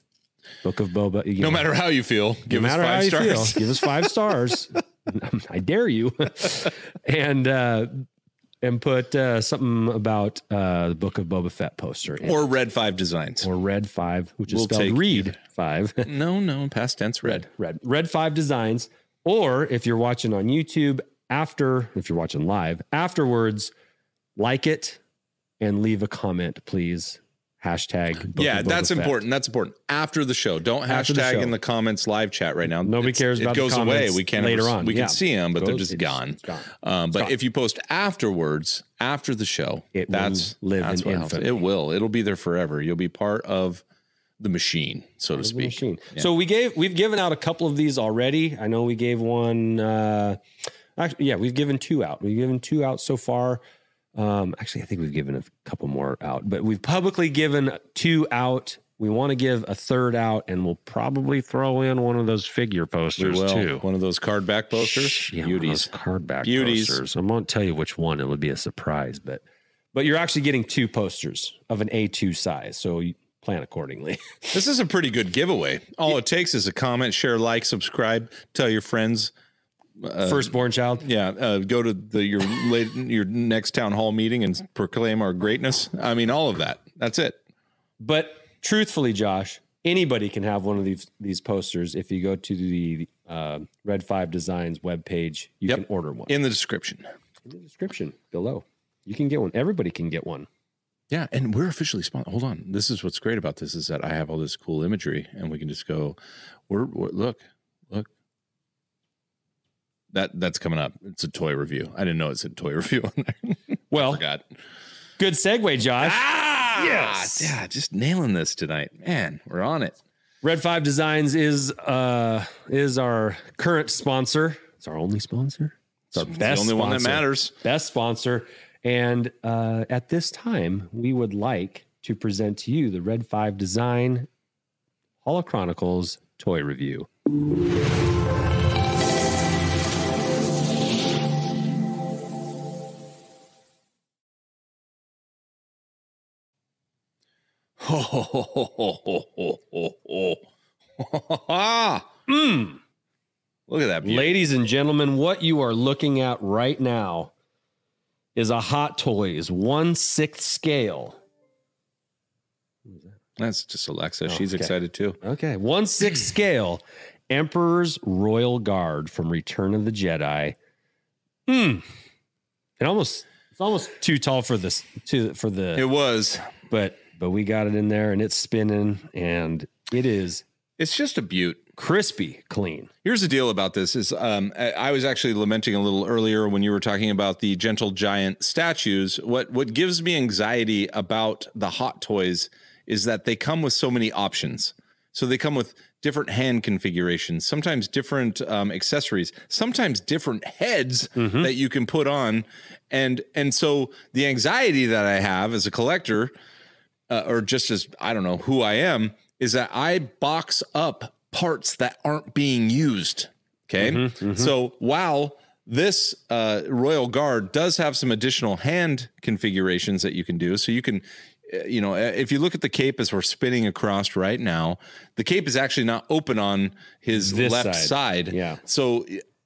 [SPEAKER 1] Book of Boba. you
[SPEAKER 2] No
[SPEAKER 1] know,
[SPEAKER 2] matter how you feel, give
[SPEAKER 1] no
[SPEAKER 2] us
[SPEAKER 1] matter
[SPEAKER 2] five
[SPEAKER 1] how you
[SPEAKER 2] stars.
[SPEAKER 1] feel, give us five stars. I dare you. and uh, and put uh, something about uh, the Book of Boba Fett poster in.
[SPEAKER 2] Or red five designs.
[SPEAKER 1] or Red Five, which is
[SPEAKER 2] We'll take
[SPEAKER 1] spelled Read Five.
[SPEAKER 2] no, no, past tense red.
[SPEAKER 1] Red Red Five Designs. Or if you're watching on YouTube after, if you're watching live, afterwards, like it and leave a comment, please. Hashtag. Book
[SPEAKER 2] yeah,
[SPEAKER 1] of Boba
[SPEAKER 2] that's
[SPEAKER 1] Fett.
[SPEAKER 2] important. That's important. After the show, don't
[SPEAKER 1] After
[SPEAKER 2] hashtag
[SPEAKER 1] the show.
[SPEAKER 2] in the comments live chat right now.
[SPEAKER 1] Nobody cares about
[SPEAKER 2] It
[SPEAKER 1] the
[SPEAKER 2] goes away.
[SPEAKER 1] comments
[SPEAKER 2] We can't
[SPEAKER 1] later
[SPEAKER 2] ever-
[SPEAKER 1] on.
[SPEAKER 2] We
[SPEAKER 1] Yeah.
[SPEAKER 2] can see them, but they're
[SPEAKER 1] Goes-
[SPEAKER 2] just
[SPEAKER 1] it's
[SPEAKER 2] gone.
[SPEAKER 1] gone.
[SPEAKER 2] Um, but
[SPEAKER 1] Gone.
[SPEAKER 2] if you post afterwards, after the show,
[SPEAKER 1] It will
[SPEAKER 2] that's
[SPEAKER 1] live
[SPEAKER 2] that's
[SPEAKER 1] in
[SPEAKER 2] what helps.
[SPEAKER 1] infamy.
[SPEAKER 2] It will. It'll be there forever. You'll be part of the machine, so to
[SPEAKER 1] Of the
[SPEAKER 2] speak.
[SPEAKER 1] machine. So we gave we've given out a couple of these already. I know we gave one. Uh, actually, yeah, we've given two out. We've given two out so far. Um, actually, I think we've given a couple more out, but we've publicly given two out. We want to give a third out, and we'll probably throw in one of those figure
[SPEAKER 2] We
[SPEAKER 1] posters
[SPEAKER 2] will.
[SPEAKER 1] too.
[SPEAKER 2] One of those card back posters.
[SPEAKER 1] Yeah, one of those
[SPEAKER 2] Beauties.
[SPEAKER 1] card back
[SPEAKER 2] Beauties.
[SPEAKER 1] posters. I won't tell you which one; it would be a surprise. But but you're actually getting two posters of an A2 size, so you plan accordingly.
[SPEAKER 2] This is a pretty good giveaway. All it takes is a comment, share, like, subscribe, tell your friends. Uh,
[SPEAKER 1] Firstborn child.
[SPEAKER 2] Yeah, uh, go to the your late, your next town hall meeting and proclaim our greatness. I mean, all of that. That's it.
[SPEAKER 1] But truthfully, Josh, anybody can have one of these these posters if you go to the uh, Red Five Designs webpage. You
[SPEAKER 2] Yep.
[SPEAKER 1] can order one in
[SPEAKER 2] In the description.
[SPEAKER 1] the description below. You can get one. Everybody can get one.
[SPEAKER 2] Yeah, and we're officially sponsored. Hold on. This is what's great about this is that I have all this cool imagery, and we can just go. We're, we're look, look. That that's coming up. It's a toy review. I didn't know it said toy review on there.
[SPEAKER 1] Well,
[SPEAKER 2] Forgot.
[SPEAKER 1] good segue, Josh.
[SPEAKER 2] Ah,
[SPEAKER 1] Yes.
[SPEAKER 2] Yeah, just nailing this tonight, man. We're on it.
[SPEAKER 1] Red Five Designs is uh is our current sponsor. It's our only sponsor. It's our
[SPEAKER 2] It's
[SPEAKER 1] best
[SPEAKER 2] the only one that
[SPEAKER 1] sponsor.
[SPEAKER 2] matters.
[SPEAKER 1] best sponsor. And uh, at this time, we would like to present to you the Red 5 Design Holochronicles toy review.
[SPEAKER 2] Ho, ho, ho, ho, ho, ho, ho, ho. Ah,
[SPEAKER 1] Hmm.
[SPEAKER 2] Look at that. beauty.
[SPEAKER 1] Ladies and gentlemen, what you are looking at right now is a Hot Toys one sixth scale.
[SPEAKER 2] That's just Alexa.
[SPEAKER 1] Oh,
[SPEAKER 2] She's
[SPEAKER 1] okay.
[SPEAKER 2] excited too.
[SPEAKER 1] Okay, one sixth scale Emperor's Royal Guard from Return of the Jedi. Hmm. It almost it's almost too tall for this to for the
[SPEAKER 2] It was.
[SPEAKER 1] but but we got it in there and it's spinning and it is
[SPEAKER 2] It's just a beaut.
[SPEAKER 1] crispy clean.
[SPEAKER 2] Here's the deal about this is um, I I was actually lamenting a little earlier when you were talking about the gentle giant statues. What what gives me anxiety about the hot toys is that they come with so many options. So they come with different hand configurations, sometimes different um, accessories, sometimes different heads that you can put on, and and so the anxiety that I have as a collector uh, or just as I don't know who I am, is that I box up parts that aren't being used. Okay.
[SPEAKER 1] Mm-hmm,
[SPEAKER 2] So while this uh, Royal Guard does have some additional hand configurations that you can do, so you can, uh, you know, uh, if you look at the cape as we're spinning across right now, the cape is actually not open on his
[SPEAKER 1] This
[SPEAKER 2] left
[SPEAKER 1] side.
[SPEAKER 2] side.
[SPEAKER 1] Yeah.
[SPEAKER 2] So,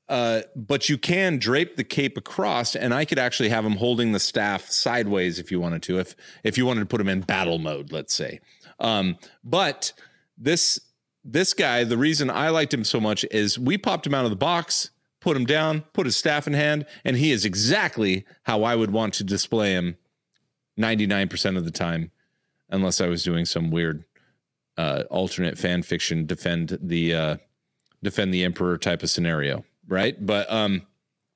[SPEAKER 2] uh, but you can drape the cape across, and I could actually have him holding the staff sideways if you wanted to, if if you wanted to put him in battle mode, let's say. Um, but this this guy, the reason I liked him so much is we popped him out of the box, put him down, put his staff in hand, and he is exactly how I would want to display him, ninety nine percent of the time, unless I was doing some weird uh, alternate fan fiction defend the. Uh, defend the emperor type of scenario, right? But um,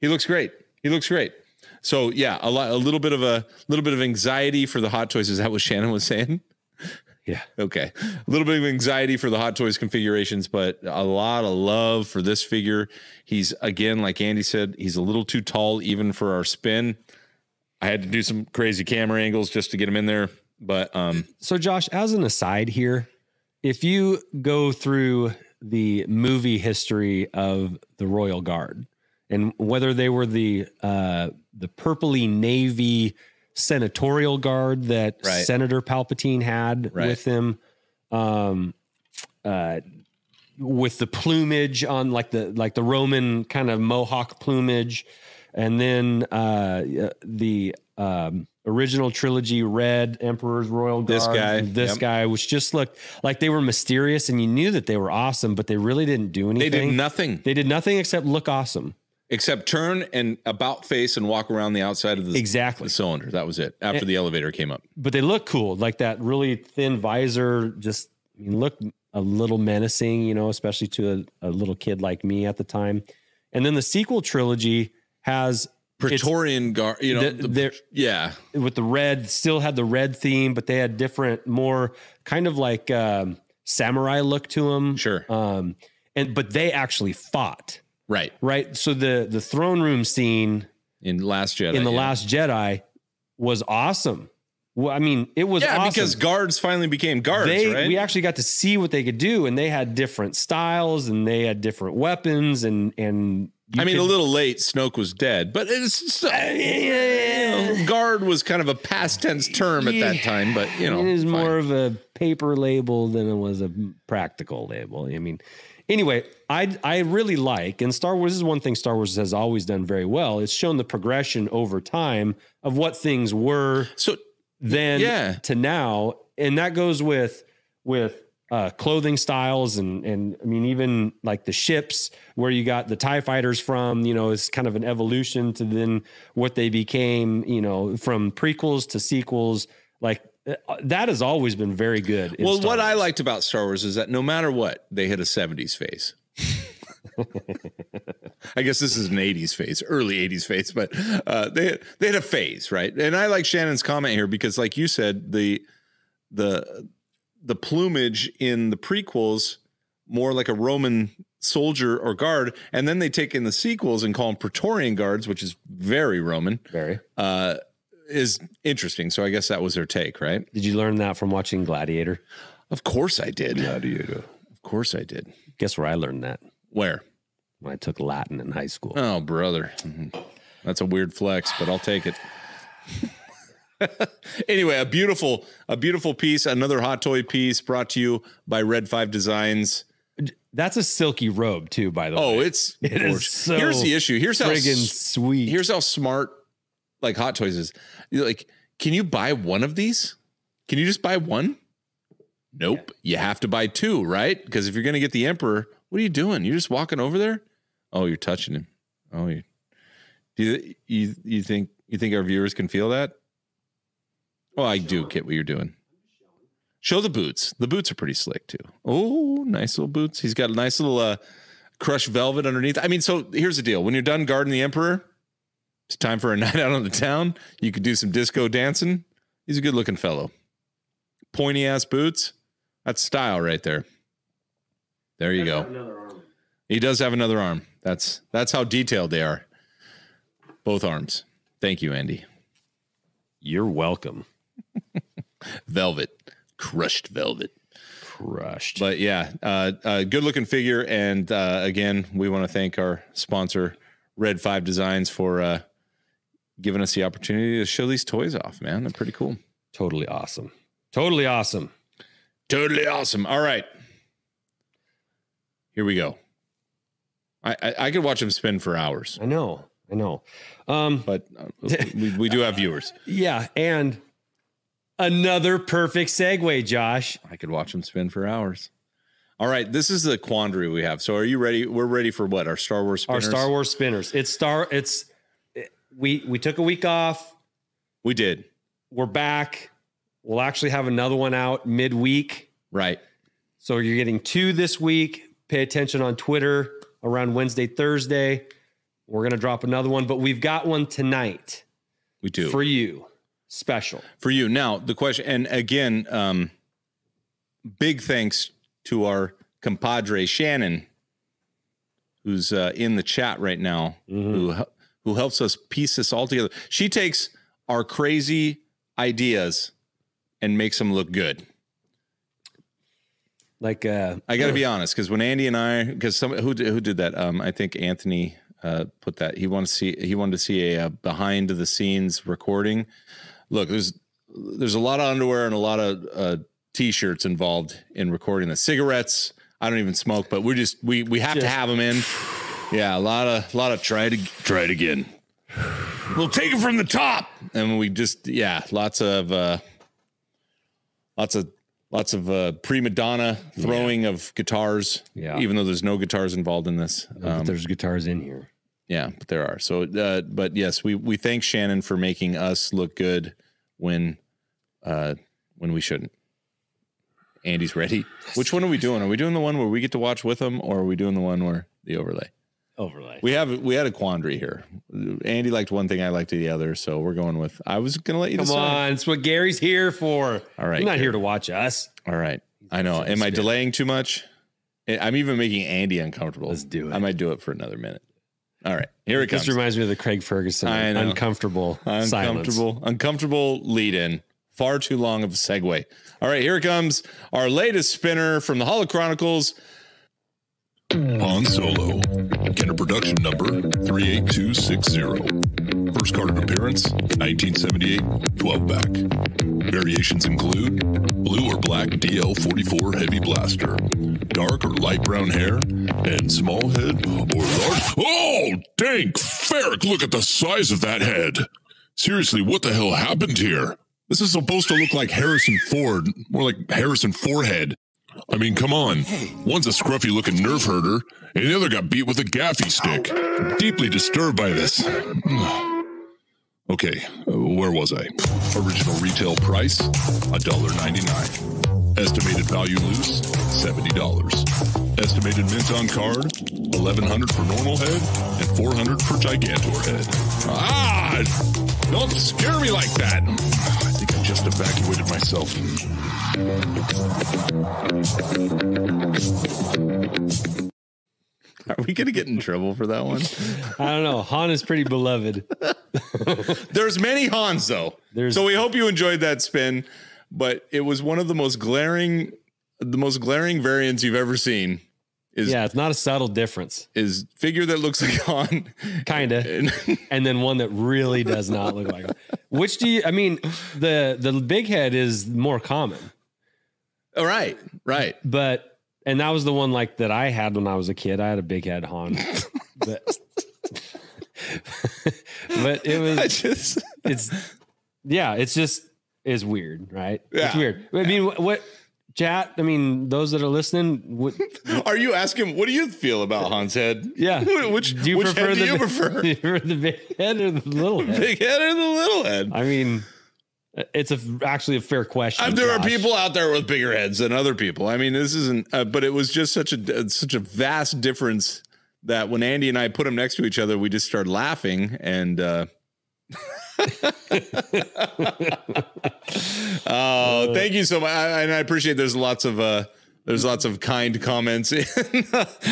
[SPEAKER 2] he looks great. He looks great. So yeah, a lot, a little bit of a little bit of anxiety for the hot toys. Is that what Shannon was saying?
[SPEAKER 1] Yeah.
[SPEAKER 2] Okay. A little bit of anxiety for the hot toys configurations, but a lot of love for this figure. He's again, like Andy said, he's a little too tall even for our spin. I had to do some crazy camera angles just to get him in there, but um,
[SPEAKER 1] So Josh, as an aside here, if you go through the movie history of the Royal Guard and whether they were the uh the purpley navy senatorial guard that
[SPEAKER 2] Right.
[SPEAKER 1] Senator Palpatine had
[SPEAKER 2] Right.
[SPEAKER 1] with him um uh with the plumage on like the like the Roman kind of mohawk plumage, and then uh, the um, original trilogy Red Emperor's Royal Guard.
[SPEAKER 2] This guy,
[SPEAKER 1] and this
[SPEAKER 2] yep.
[SPEAKER 1] guy, which just looked like they were mysterious, and you knew that they were awesome, but they really didn't do anything.
[SPEAKER 2] they did nothing.
[SPEAKER 1] They did nothing except look awesome.
[SPEAKER 2] Except turn and about face and walk around the outside of the,
[SPEAKER 1] Exactly.
[SPEAKER 2] the cylinder. That was it. After the elevator came up.
[SPEAKER 1] but they look cool, like that really thin visor. Just I mean, look a little menacing, you know, especially to a, a little kid like me at the time. And then the sequel trilogy has
[SPEAKER 2] Praetorian guard, you know,
[SPEAKER 1] the,
[SPEAKER 2] the-
[SPEAKER 1] they're-
[SPEAKER 2] yeah,
[SPEAKER 1] with the red, still had the red theme, but they had different, more kind of like um, samurai look to them.
[SPEAKER 2] sure,
[SPEAKER 1] Um, and but they actually fought,
[SPEAKER 2] right.
[SPEAKER 1] right? So the the throne room scene
[SPEAKER 2] In Last Jedi,
[SPEAKER 1] in the
[SPEAKER 2] yeah.
[SPEAKER 1] Last Jedi was awesome. Well, I mean, it was
[SPEAKER 2] yeah,
[SPEAKER 1] awesome.
[SPEAKER 2] because guards finally became guards,
[SPEAKER 1] they
[SPEAKER 2] right?
[SPEAKER 1] we actually got to see what they could do and they had different styles and they had different weapons and and you
[SPEAKER 2] I mean,
[SPEAKER 1] could-
[SPEAKER 2] a little late. Snoke was dead, but it's still- you know, guard was kind of a past tense term at that
[SPEAKER 1] Yeah.
[SPEAKER 2] time. But you know,
[SPEAKER 1] it is
[SPEAKER 2] fine.
[SPEAKER 1] more of a paper label than it was a practical label i mean anyway i i really like and star wars this is one thing star wars has always done very well it's shown the progression over time of what things were
[SPEAKER 2] So
[SPEAKER 1] then
[SPEAKER 2] Yeah.
[SPEAKER 1] to now and that goes with with uh clothing styles and and i mean even like the ships where you got the tie fighters from you know is kind of an evolution to then what they became you know from prequels to sequels like uh, that has always been very good in
[SPEAKER 2] well,
[SPEAKER 1] Star
[SPEAKER 2] what I
[SPEAKER 1] Wars.
[SPEAKER 2] liked about Star Wars is that no matter what, they hit a 70s phase. I guess this is an 80s phase, early 80s phase, but uh, they they had a phase, right? And I like Shannon's comment here because, like you said, the the the plumage in the prequels more like a Roman soldier or guard, and then they take in the sequels and call them Praetorian guards, which is very Roman.
[SPEAKER 1] very
[SPEAKER 2] Uh, is interesting. So I guess that was their take, right?
[SPEAKER 1] did you learn that from watching gladiator
[SPEAKER 2] Of course I did.
[SPEAKER 3] Gladiator.
[SPEAKER 2] Of course I did.
[SPEAKER 1] guess where i learned that
[SPEAKER 2] Where?
[SPEAKER 1] when i took latin in high school
[SPEAKER 2] Oh, brother. Mhm. That's a weird flex, but I'll take it. anyway, a beautiful, a beautiful piece, another hot toy piece brought to you by Red Five Designs.
[SPEAKER 1] that's a silky robe too by the way
[SPEAKER 2] Oh, it's
[SPEAKER 1] It is so
[SPEAKER 2] here's the issue. Here's how
[SPEAKER 1] friggin
[SPEAKER 2] s-
[SPEAKER 1] sweet
[SPEAKER 2] here's how smart like Hot Toys is. You're like, can you buy one of these? Can you just buy one? Nope. You have to buy two, right? Because if you're gonna get the Emperor, what are you doing? You're just walking over there. Oh, you're touching him. Oh, you do you you, you think you think our viewers can feel that? Well, I do get what you're doing. Show the boots. The boots are pretty slick too. Oh, nice little boots. He's got a nice little uh, crushed velvet underneath. I mean, so here's the deal: when you're done guarding the Emperor, it's time for a night out on the town. You could do some disco dancing. He's a good looking fellow. Pointy ass boots. That's style right there. There you go. He does have another arm. That's that's how detailed they are. Both arms. Thank you, Andy.
[SPEAKER 1] you're welcome
[SPEAKER 2] Velvet, crushed velvet.
[SPEAKER 1] crushed
[SPEAKER 2] But yeah, uh, uh, good looking figure. And uh, again, we want to thank our sponsor, Red Five Designs, for uh, giving us the opportunity to show these toys off. Man, they're pretty cool.
[SPEAKER 1] Totally awesome. Totally awesome.
[SPEAKER 2] Totally awesome. All right, here we go. I I, I could watch them spin for hours,
[SPEAKER 1] I know. I know. Um,
[SPEAKER 2] but uh, we, we do have viewers.
[SPEAKER 1] yeah, and another perfect segue, Josh.
[SPEAKER 2] I could watch them spin for hours. All right, this is the quandary we have. So, are you ready? We're ready for what? Our Star Wars.
[SPEAKER 1] Our
[SPEAKER 2] Spinners?
[SPEAKER 1] Star Wars spinners. It's Star. It's we we took a week off.
[SPEAKER 2] We did
[SPEAKER 1] We're back. We'll actually have another one out midweek.
[SPEAKER 2] right.
[SPEAKER 1] So you're getting two this week. Pay attention on Twitter around Wednesday, Thursday. We're gonna drop another one, but we've got one tonight
[SPEAKER 2] We do
[SPEAKER 1] for you. Special.
[SPEAKER 2] for you. Now, the question, and again, um, big thanks to our compadre Shannon, who's uh, in the chat right now, who hel- who helps us piece this all together. She takes our crazy ideas and makes them look good.
[SPEAKER 1] Like uh,
[SPEAKER 2] I got to be honest, because when Andy and I, because some who did, who did that, um, I think Anthony uh, put that. He wanted to see he wanted to see a, uh behind the scenes recording. Look, there's there's a lot of underwear and a lot of uh, t-shirts involved in recording the cigarettes. I don't even smoke, but we just we we have to
[SPEAKER 1] Just-
[SPEAKER 2] have them in. Yeah, a lot of a lot of try to try it again. We'll take it from the top, and we just yeah, lots of uh, lots of lots of uh, prima donna throwing of guitars.
[SPEAKER 1] Yeah.
[SPEAKER 2] even though there's no guitars involved in this.
[SPEAKER 1] But
[SPEAKER 2] Um,
[SPEAKER 1] there's guitars in here.
[SPEAKER 2] Yeah, but there are. So, uh, but yes, we we thank Shannon for making us look good when uh, when we shouldn't. Andy's ready. Which one are we doing? Are we doing the one where we get to watch with him, or are we doing the one where the overlay?
[SPEAKER 1] Overlay.
[SPEAKER 2] We have we had a quandary here. Andy liked one thing, I liked the other, so we're going with. I was gonna let you
[SPEAKER 1] Come
[SPEAKER 2] decide.
[SPEAKER 1] on, it's what Gary's here for.
[SPEAKER 2] All right,
[SPEAKER 1] I'm not here to watch us.
[SPEAKER 2] All right, I know. Am I
[SPEAKER 1] Spit.
[SPEAKER 2] delaying too much? I- I'm even making Andy uncomfortable.
[SPEAKER 1] Let's do it.
[SPEAKER 2] I might do it for another minute. All right, here it comes.
[SPEAKER 1] This reminds me of the Craig Ferguson
[SPEAKER 2] I know.
[SPEAKER 1] uncomfortable, silence.
[SPEAKER 2] uncomfortable, uncomfortable lead in. Far too long of a segue. All right, here comes our latest spinner from the Hall of Chronicles.
[SPEAKER 4] Han Solo, Kenner production number 38260. First card of appearance, 1978 12 pack. Variations include blue or black DL 44 heavy blaster, dark or light brown hair, and small head or large. Oh, dank ferric, look at the size of that head. Seriously, what the hell happened here? This is supposed to look like Harrison Ford, more like Harrison Forehead. I mean, come on. One's a scruffy looking nerf herder, and the other got beat with a gaffy stick. Deeply disturbed by this. okay, uh, where was I? Original retail price $1.99. Estimated value loose $70. Estimated mint on card 1100 for normal head and 400 for gigantor head. Ah! Don't scare me like that! I think I just evacuated myself.
[SPEAKER 2] Are we going to get in trouble for that one?
[SPEAKER 1] I don't know. Han is pretty beloved.
[SPEAKER 2] There's many Hans though.
[SPEAKER 1] There's-
[SPEAKER 2] so we hope you enjoyed that spin, but it was one of the most glaring the most glaring variants you've ever seen Is-
[SPEAKER 1] Yeah, it's not a subtle difference,
[SPEAKER 2] is figure that looks like Han.
[SPEAKER 1] kinda,
[SPEAKER 2] And
[SPEAKER 1] and then one that really does not look like. Him. Which do you? I mean, the the big head is more common,
[SPEAKER 2] all right, right.
[SPEAKER 1] but and that was the one like that I had when I was a kid. I had a big head Han, but but it was
[SPEAKER 2] I just
[SPEAKER 1] it's yeah, it's just is weird, right? It's
[SPEAKER 2] Yeah.
[SPEAKER 1] weird. I mean, what, what chat? I mean, those that are listening, what,
[SPEAKER 2] Are you asking what do you feel about Han's head?
[SPEAKER 1] yeah.
[SPEAKER 2] Wh- Which
[SPEAKER 1] do you
[SPEAKER 2] which
[SPEAKER 1] prefer
[SPEAKER 2] head
[SPEAKER 1] the
[SPEAKER 2] do you prefer?
[SPEAKER 1] you prefer the big head or the little head?
[SPEAKER 2] Big head or the little head?
[SPEAKER 1] I mean, it's a actually a fair question.
[SPEAKER 2] Uh, there are
[SPEAKER 1] Josh.
[SPEAKER 2] people out there with bigger heads than other people. I mean, this isn't. Uh, but it was just such a uh, such a vast difference that when Andy and I put them next to each other, we just started laughing. And uh, oh, thank you so much, I, and I appreciate. There's lots of. Uh, there's lots of kind comments.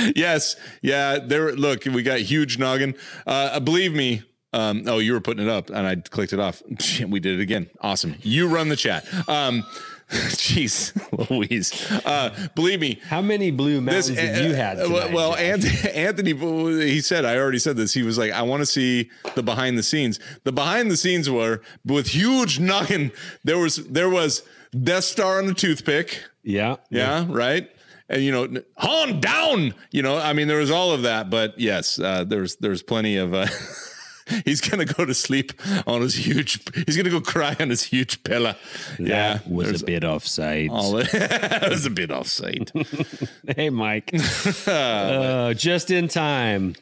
[SPEAKER 2] yes, yeah. There. Look, we got huge noggin. Uh, believe me. Um, oh, you were putting it up, and I clicked it off. We did it again. Awesome. You run the chat. Um, jeez, Louise. Uh, believe me,
[SPEAKER 1] How many blue mountains have you had?
[SPEAKER 2] uh,
[SPEAKER 1] Tonight,
[SPEAKER 2] well,
[SPEAKER 1] Josh?
[SPEAKER 2] Anthony, Anthony, he said, I already said this. He was like, I want to see the behind the scenes. The behind the scenes were with huge knocking. There was there was Death Star on the toothpick.
[SPEAKER 1] yeah,
[SPEAKER 2] Yeah, right. And you know, Han down. You know, I mean, there was all of that, but yes, uh, there's there's plenty of. Uh, he's gonna go to sleep on his huge. He's gonna go cry on his huge pillow. Yeah, there's
[SPEAKER 1] a bit offside.
[SPEAKER 2] all that was a bit offside.
[SPEAKER 1] Hey, Mike. uh, just in time.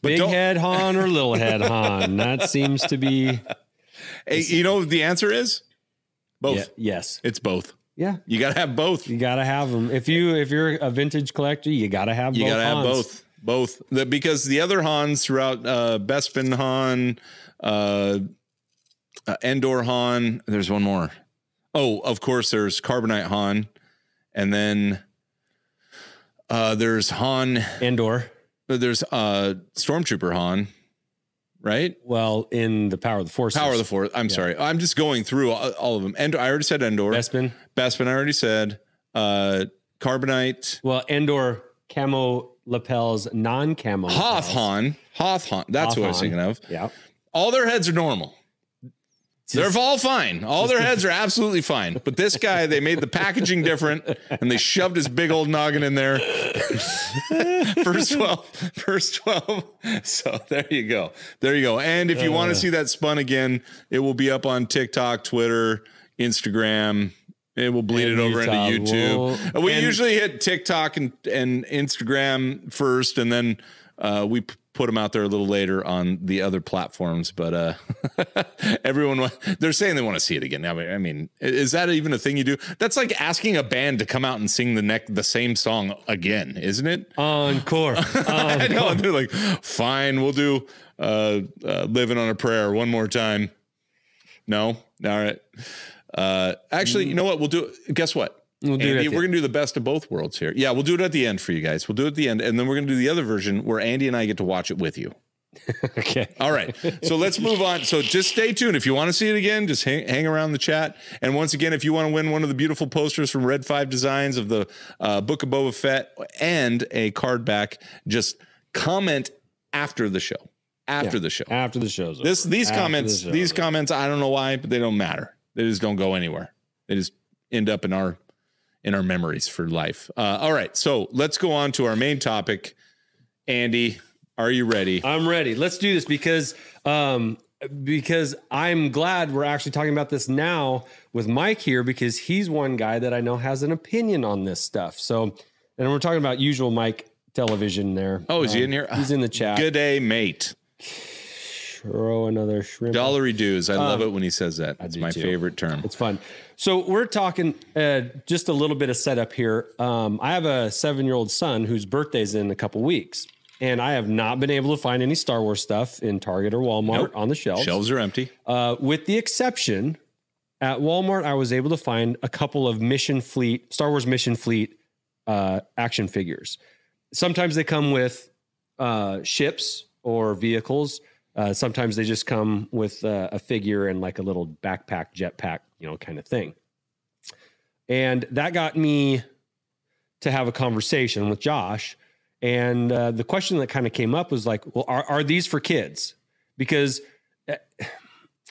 [SPEAKER 1] Big
[SPEAKER 2] don't-
[SPEAKER 1] head Han or little head Han? That seems to be
[SPEAKER 2] Hey, you know what the answer is both.
[SPEAKER 1] Yeah, yes.
[SPEAKER 2] It's both.
[SPEAKER 1] Yeah,
[SPEAKER 2] You gotta have both.
[SPEAKER 1] you gotta have them. If you if you're a vintage collector, you gotta have.
[SPEAKER 2] You
[SPEAKER 1] both
[SPEAKER 2] gotta have
[SPEAKER 1] Hans.
[SPEAKER 2] both. Both the, because the other Hans throughout uh, Bespin Han, uh, uh, Endor Han. There's one more. Oh, of course. There's Carbonite Han, and then uh, there's Han.
[SPEAKER 1] Endor.
[SPEAKER 2] There's uh, Stormtrooper Han, right?
[SPEAKER 1] Well, in the Power of the Force.
[SPEAKER 2] Power of the Force. I'm sorry. I'm just going through all, all of them. Endor. I already said Endor.
[SPEAKER 1] Bespin.
[SPEAKER 2] Bespin. I already said uh, Carbonite.
[SPEAKER 1] Well, Endor camo lapels, non camo.
[SPEAKER 2] Hoth Han. Hoth Han. That's what I was
[SPEAKER 1] Hothan.
[SPEAKER 2] thinking of.
[SPEAKER 1] Yeah.
[SPEAKER 2] All their heads are normal. They're all fine. All their heads are absolutely fine. But this guy, they made the packaging different and they shoved his big old noggin in there. first 12. First 12. So there you go. There you go. And if you
[SPEAKER 1] Uh.
[SPEAKER 2] want to see that spun again, it will be up on TikTok, Twitter, Instagram. It will bleed it
[SPEAKER 1] And
[SPEAKER 2] over
[SPEAKER 1] Utah.
[SPEAKER 2] into YouTube.
[SPEAKER 1] Well,
[SPEAKER 2] we
[SPEAKER 1] and-
[SPEAKER 2] usually hit TikTok and, and Instagram first, and then uh, we p- put them out there a little later on the other platforms. But uh, everyone, wa- they're saying they want to see it again. I mean, I mean, i- is that even a thing you do? That's like asking a band to come out and sing the neck the same song again, isn't it?
[SPEAKER 1] Encore.
[SPEAKER 2] I know.
[SPEAKER 1] Encore.
[SPEAKER 2] And they're like, fine, we'll do uh, uh, "Living on a Prayer" one more time. No, all right. Uh, actually, you know what? We'll do. Guess what?
[SPEAKER 1] We'll do it at
[SPEAKER 2] Andy,
[SPEAKER 1] the
[SPEAKER 2] we're gonna do the best of both worlds here. Yeah, we'll do it at the end for you guys. We'll do it at the end, and then we're gonna do the other version where Andy and I get to watch it with you.
[SPEAKER 1] okay.
[SPEAKER 2] All right. So let's move on. So just stay tuned. If you want to see it again, just hang, hang around the chat. And once again, if you want to win one of the beautiful posters from Red Five Designs of the uh, Book of Boba Fett and a card back, just comment after the show. After
[SPEAKER 1] Yeah.
[SPEAKER 2] the show.
[SPEAKER 1] After the show's over.
[SPEAKER 2] This these
[SPEAKER 1] After
[SPEAKER 2] comments,
[SPEAKER 1] the show's
[SPEAKER 2] these
[SPEAKER 1] over.
[SPEAKER 2] comments, I don't know why, but they don't matter. They just don't go anywhere. They just end up in our in our memories for life. Uh, all right. So let's go on to our main topic. Andy, are you ready?
[SPEAKER 1] I'm ready. Let's do this because um because I'm glad we're actually talking about this now with Mike here because he's one guy that I know has an opinion on this stuff. So and we're talking about usual Mike television there. Um,
[SPEAKER 2] Oh, is he in here?
[SPEAKER 1] He's in the chat.
[SPEAKER 2] Good day, mate.
[SPEAKER 1] Throw another shrimp.
[SPEAKER 2] Dollary dues. I love it when he says that. It's
[SPEAKER 1] Um, do
[SPEAKER 2] my
[SPEAKER 1] too.
[SPEAKER 2] favorite term.
[SPEAKER 1] It's fun. So we're talking uh, just a little bit of setup here. Um, I have a seven-year-old son whose birthday's in a couple weeks, and I have not been able to find any Star Wars stuff in Target or Walmart
[SPEAKER 2] Nope.
[SPEAKER 1] on the shelves.
[SPEAKER 2] Shelves are empty.
[SPEAKER 1] Uh, with the exception, at Walmart, I was able to find a couple of Mission Fleet Star Wars Mission Fleet uh, action figures. Sometimes they come with uh, ships or vehicles. Uh, sometimes they just come with uh, a figure and like a little backpack, jetpack, you know, kind of thing. And that got me to have a conversation with Josh. And uh, the question that kind of came up was like, well, are, are these for kids? Because uh,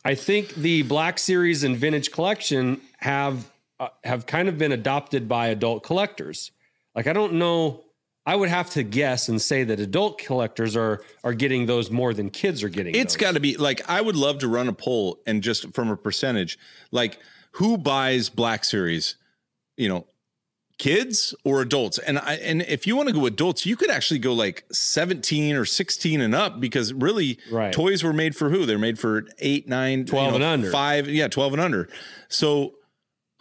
[SPEAKER 1] I think the Black Series and Vintage Collection have uh, have kind of been adopted by adult collectors. Like I don't know, I would have to guess and say that adult collectors are are getting those more than kids are getting.
[SPEAKER 2] It's
[SPEAKER 1] those.
[SPEAKER 2] got to be like I would love to run a poll and just from a percentage, like who buys Black Series, you know, kids or adults? And I and if you want to go adults, you could actually go like 17 or 16 and up because really
[SPEAKER 1] Right.
[SPEAKER 2] toys were made for who? They're made for 8, 9,
[SPEAKER 1] 12 and under.
[SPEAKER 2] 5, yeah, 12 and under. So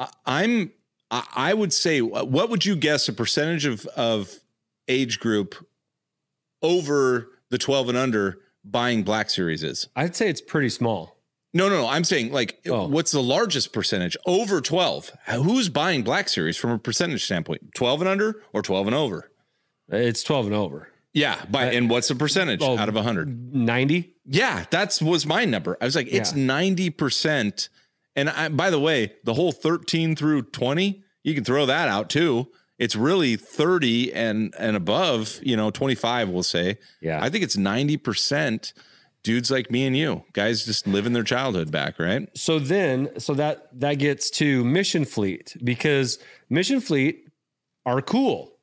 [SPEAKER 2] I, I'm I, I would say wh- what would you guess a percentage of of age group over the 12 and under buying black series is
[SPEAKER 1] I'd say it's pretty small.
[SPEAKER 2] no no no i'm saying like
[SPEAKER 1] Oh.
[SPEAKER 2] what's the largest percentage over 12 who's buying black series from a percentage standpoint 12 and under or 12 and over
[SPEAKER 1] It's twelve and over.
[SPEAKER 2] yeah by, and what's the percentage
[SPEAKER 1] Oh.
[SPEAKER 2] out of 100
[SPEAKER 1] Ninety.
[SPEAKER 2] yeah that's was my number i was like it's
[SPEAKER 1] Yeah.
[SPEAKER 2] 90% and I, by the way the whole 13 through 20 you can throw that out too it's really 30 and and above you know 25 we'll say
[SPEAKER 1] Yeah.
[SPEAKER 2] I think it's 90% dudes like me and you, guys just living their childhood back, right?
[SPEAKER 1] so then so that that gets to mission fleet because mission fleet are cool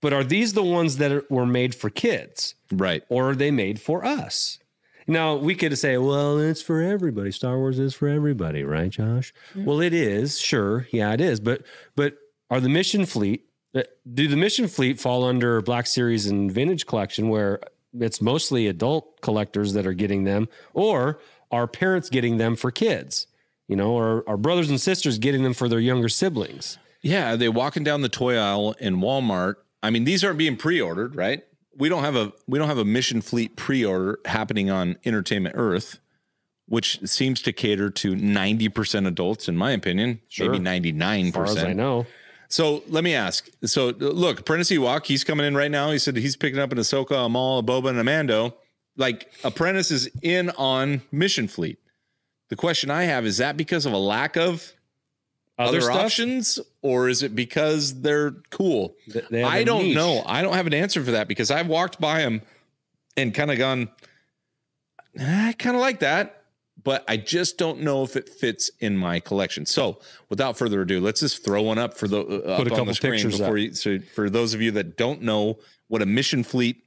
[SPEAKER 1] but are these the ones that are, were made for kids
[SPEAKER 2] Right.
[SPEAKER 1] or are they made for us now we could say well it's for everybody star wars is for everybody right josh well it is sure yeah it is but but are the mission fleet uh, do the mission fleet fall under black series and vintage collection where it's mostly adult collectors that are getting them or are parents getting them for kids you know or are brothers and sisters getting them for their younger siblings
[SPEAKER 2] Yeah. Are they walking down the toy aisle in Walmart? I mean, these aren't being pre-ordered, right? We don't have a we don't have a Mission Fleet pre-order happening on Entertainment Earth, which seems to cater to 90% adults, in my opinion.
[SPEAKER 1] Sure.
[SPEAKER 2] Maybe 99%.
[SPEAKER 1] as far as i know
[SPEAKER 2] So let me ask. So look, Prentice Ewok, he's coming in right now. He said he's picking up an Ahsoka, Amal, a Boba, and Amando. Like Apprentice is in on Mission Fleet. The question I have is that because of a lack of other,
[SPEAKER 1] stuff,
[SPEAKER 2] options, or is it because they're cool?
[SPEAKER 1] th- they have
[SPEAKER 2] I
[SPEAKER 1] a
[SPEAKER 2] don't
[SPEAKER 1] niche.
[SPEAKER 2] know. I don't have an answer for that because I've walked by him and kind of gone, "Ah, I kind of like that, but I just don't know if it fits in my collection. So, without further ado, let's just throw one up for the uh,
[SPEAKER 1] Put a
[SPEAKER 2] up on
[SPEAKER 1] couple
[SPEAKER 2] the screen
[SPEAKER 1] pictures
[SPEAKER 2] before
[SPEAKER 1] up.
[SPEAKER 2] you. So, for those of you that don't know what a Mission Fleet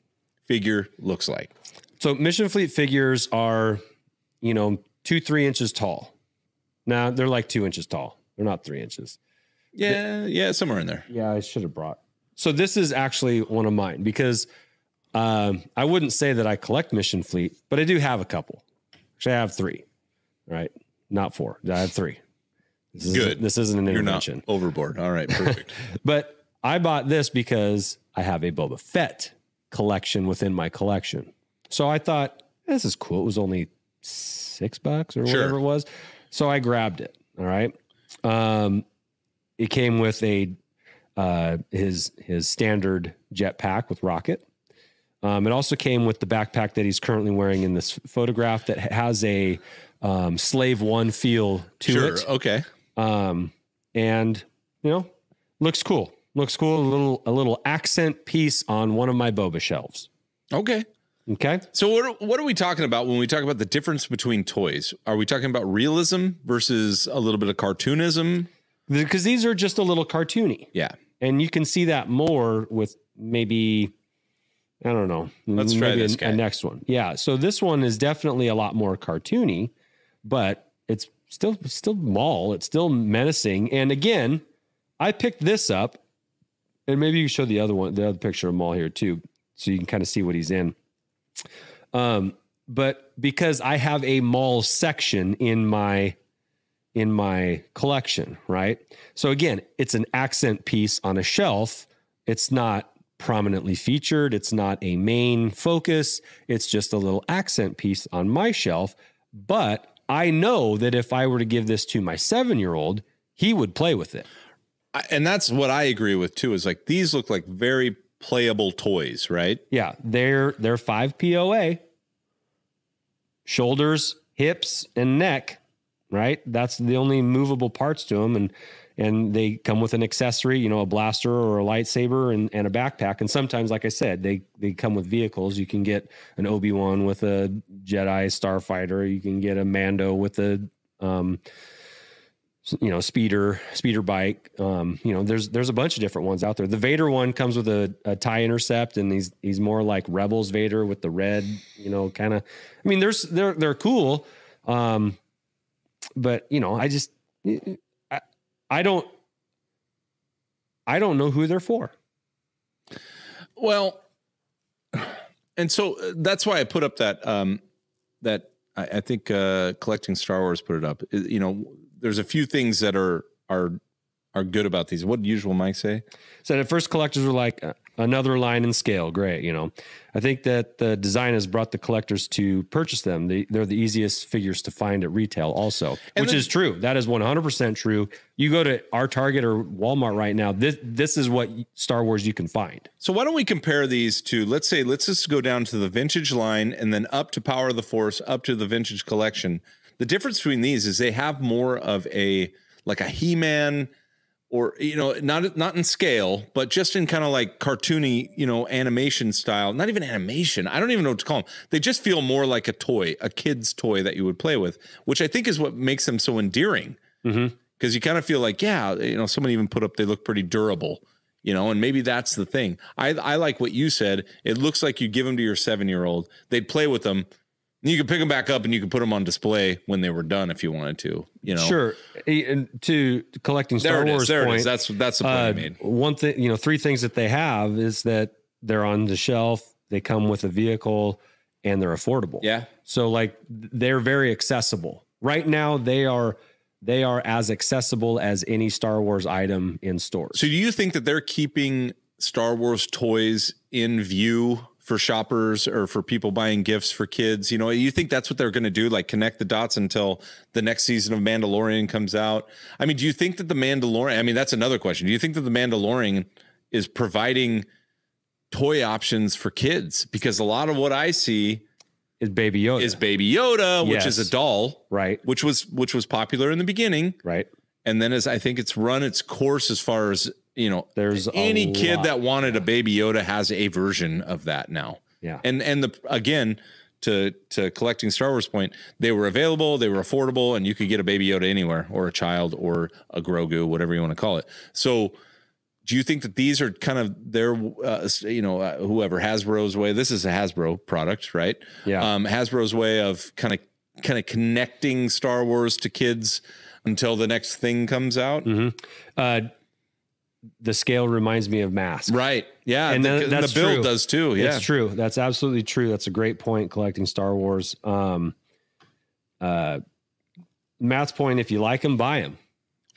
[SPEAKER 2] figure looks like,
[SPEAKER 1] So Mission Fleet figures are, you know, two, three inches tall. Now they're like two inches tall. They're not three inches.
[SPEAKER 2] yeah, yeah, somewhere in there.
[SPEAKER 1] Yeah, I should have brought. So this is actually one of mine because Um, I wouldn't say that I collect Mission Fleet, but I do have a couple. Actually, I have three. Right, not four. I have three. This isn't-
[SPEAKER 2] Good.
[SPEAKER 1] This isn't an
[SPEAKER 2] You're not
[SPEAKER 1] intervention.
[SPEAKER 2] overboard. All right, perfect.
[SPEAKER 1] But I bought this because I have a Boba Fett collection within my collection. So I thought this is cool. It was only six bucks or
[SPEAKER 2] Sure.
[SPEAKER 1] whatever it was. So I grabbed it. All right. Um, it came with a uh, his his standard jetpack with rocket. Um, it also came with the backpack that he's currently wearing in this photograph that has a um, slave one feel to
[SPEAKER 2] sure.
[SPEAKER 1] it
[SPEAKER 2] Okay.
[SPEAKER 1] um, and you know looks cool looks cool a little a little accent piece on one of my boba shelves
[SPEAKER 2] Okay.
[SPEAKER 1] okay
[SPEAKER 2] So what are, what are we talking about when we talk about the difference between toys? Are we talking about realism versus a little bit of cartoonism?
[SPEAKER 1] because these are just a little cartoony
[SPEAKER 2] Yeah.
[SPEAKER 1] and you can see that more with maybe i don't know
[SPEAKER 2] Let's try
[SPEAKER 1] maybe a-
[SPEAKER 2] this guy.
[SPEAKER 1] a next one yeah so this one is definitely a lot more cartoony but it's still it's still mall it's still menacing and again i picked this up and maybe you can show the other one the other picture of mall here too so you can kind of see what he's in um but because i have a mall section in my in my collection right so again, it's an accent piece on a shelf. It's not prominently featured, it's not a main focus. It's just a little accent piece on my shelf. But I know that if I were to give this to my seven year old, he would play with it.
[SPEAKER 2] I, and that's what I agree with too. Is like these look like very playable toys, right?
[SPEAKER 1] Yeah, they're they're five POA. Shoulders, hips, and neck, right? That's the only movable parts to them, and and they come with an accessory, you know, a blaster or a lightsaber and, and a backpack. And sometimes, like I said, they they come with vehicles. You can get an Obi Wan with a Jedi starfighter. You can get a Mando with a um, s- you know speeder speeder bike um you know there's there's a bunch of different ones out there the vader one comes with a, a tie intercept and he's he's more like rebels vader with the red you know kind of i mean there's they're they're cool um but you know i just i, I don't i don't know who they're for
[SPEAKER 2] Well, and so uh, that's why I put up that um, that I, I think uh, collecting Star Wars put it up. I- You know, there's a few things that are are are good about these. What did usual Mike say?
[SPEAKER 1] said at first collectors were like "Uh, another line and scale great you know i think that the design has brought the collectors to purchase them they, they're the easiest figures to find at retail also
[SPEAKER 2] And
[SPEAKER 1] which
[SPEAKER 2] then-
[SPEAKER 1] is true that is 100% true you go to our target or walmart right now this this is what star wars you can find
[SPEAKER 2] So why don't we compare these to let's say let's just go down to the vintage line and then up to Power of the Force, up to the vintage collection. The difference between these is they have more of a like a He-Man or you know not not in scale, but just in kind of like cartoony, you know, animation style. Not even animation. I don't even know what to call them. They just feel more like a toy, a kid's toy that you would play with, which I think is what makes them so endearing
[SPEAKER 1] Mm-hmm.
[SPEAKER 2] because you kind of feel like, yeah, you know, someone even put up they look pretty durable, you know, and maybe that's the thing. I I like what you said. It looks like you give them to your seven year old. They'd play with them. And you could pick them back up and you could put them on display when they were done if you wanted to. You know,
[SPEAKER 1] sure E- and to collecting
[SPEAKER 2] There
[SPEAKER 1] star
[SPEAKER 2] it
[SPEAKER 1] wars
[SPEAKER 2] is. There
[SPEAKER 1] point,
[SPEAKER 2] it is. That's that's the point I
[SPEAKER 1] Uh,
[SPEAKER 2] made.
[SPEAKER 1] One thing, you know, three things that they have is that they're on the shelf, they come with a vehicle, and they're affordable.
[SPEAKER 2] Yeah.
[SPEAKER 1] So like th- they're very accessible. Right now, they are they are as accessible as any Star Wars item in stores.
[SPEAKER 2] So do you think that they're keeping Star Wars toys in view for shoppers or for people buying gifts for kids? You know, you think that's what they're going to do, like connect the dots until the next season of Mandalorian comes out? I mean, do you think that the Mandalorian, I mean, that's another question. Do you think that the Mandalorian is providing toy options for kids? Because a lot of what I see
[SPEAKER 1] is Baby Yoda
[SPEAKER 2] is Baby Yoda,
[SPEAKER 1] Oh,
[SPEAKER 2] which
[SPEAKER 1] Yes.
[SPEAKER 2] is a doll,
[SPEAKER 1] right?
[SPEAKER 2] which was which was popular in the beginning
[SPEAKER 1] Right.
[SPEAKER 2] and then as I think it's run its course as far as you know,
[SPEAKER 1] There's a
[SPEAKER 2] any kid
[SPEAKER 1] lot.
[SPEAKER 2] that wanted a Baby Yoda has a version of that now.
[SPEAKER 1] Yeah.
[SPEAKER 2] And and the again to to collecting Star Wars point, they were available, they were affordable, and you could get a Baby Yoda anywhere, or a child, or a Grogu, whatever you want to call it. So. Do you think that these are kind of their, uh, you know, uh, whoever Hasbro's way? This is a Hasbro product, right?
[SPEAKER 1] Yeah.
[SPEAKER 2] um, Hasbro's way of kind of kind of connecting
[SPEAKER 1] Mm.
[SPEAKER 2] Star Wars to kids until the next thing comes out.
[SPEAKER 1] Uh, Mm-hmm. the scale reminds me of mask.
[SPEAKER 2] Right. Yeah.
[SPEAKER 1] And
[SPEAKER 2] the,
[SPEAKER 1] that-
[SPEAKER 2] the
[SPEAKER 1] that's
[SPEAKER 2] build
[SPEAKER 1] true.
[SPEAKER 2] does too. Yeah.
[SPEAKER 1] It's true. That's absolutely true. That's a great point. Collecting Star Wars. Um, uh, Matt's point: if you like them, buy them.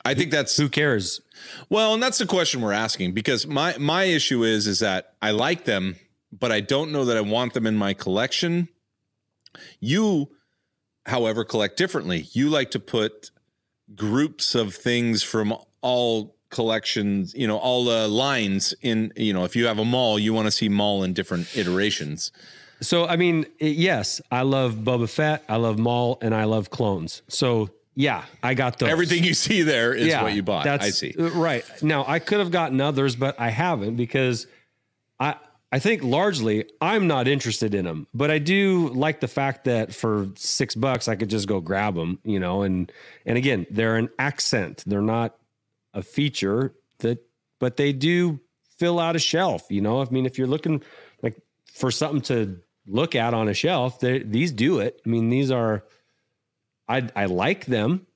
[SPEAKER 2] I think that's
[SPEAKER 1] Who cares?
[SPEAKER 2] well, and that's the question we're asking because my my issue is is that I like them, but I don't know that I want them in my collection. You, however, collect differently. You like to put groups of things from all collections, you know, all uh, lines in, you know, if you have a mall, you want to see mall in different iterations.
[SPEAKER 1] So, I mean, it- yes, I love Boba Fett. I love Maul, and I love clones. So, yeah, I got those.
[SPEAKER 2] Everything you see there is what you bought.
[SPEAKER 1] That's,
[SPEAKER 2] I see.
[SPEAKER 1] uh, Right now, I could have gotten others, but I haven't because I I think largely I'm not interested in them. But I do like the fact that for six bucks I could just go grab them, you know. And and again, they're an accent. They're not a feature that, but they do fill out a shelf. You know, I mean, if you're looking like for something to look at on a shelf, they, these do it. I mean, these are. I, I like them,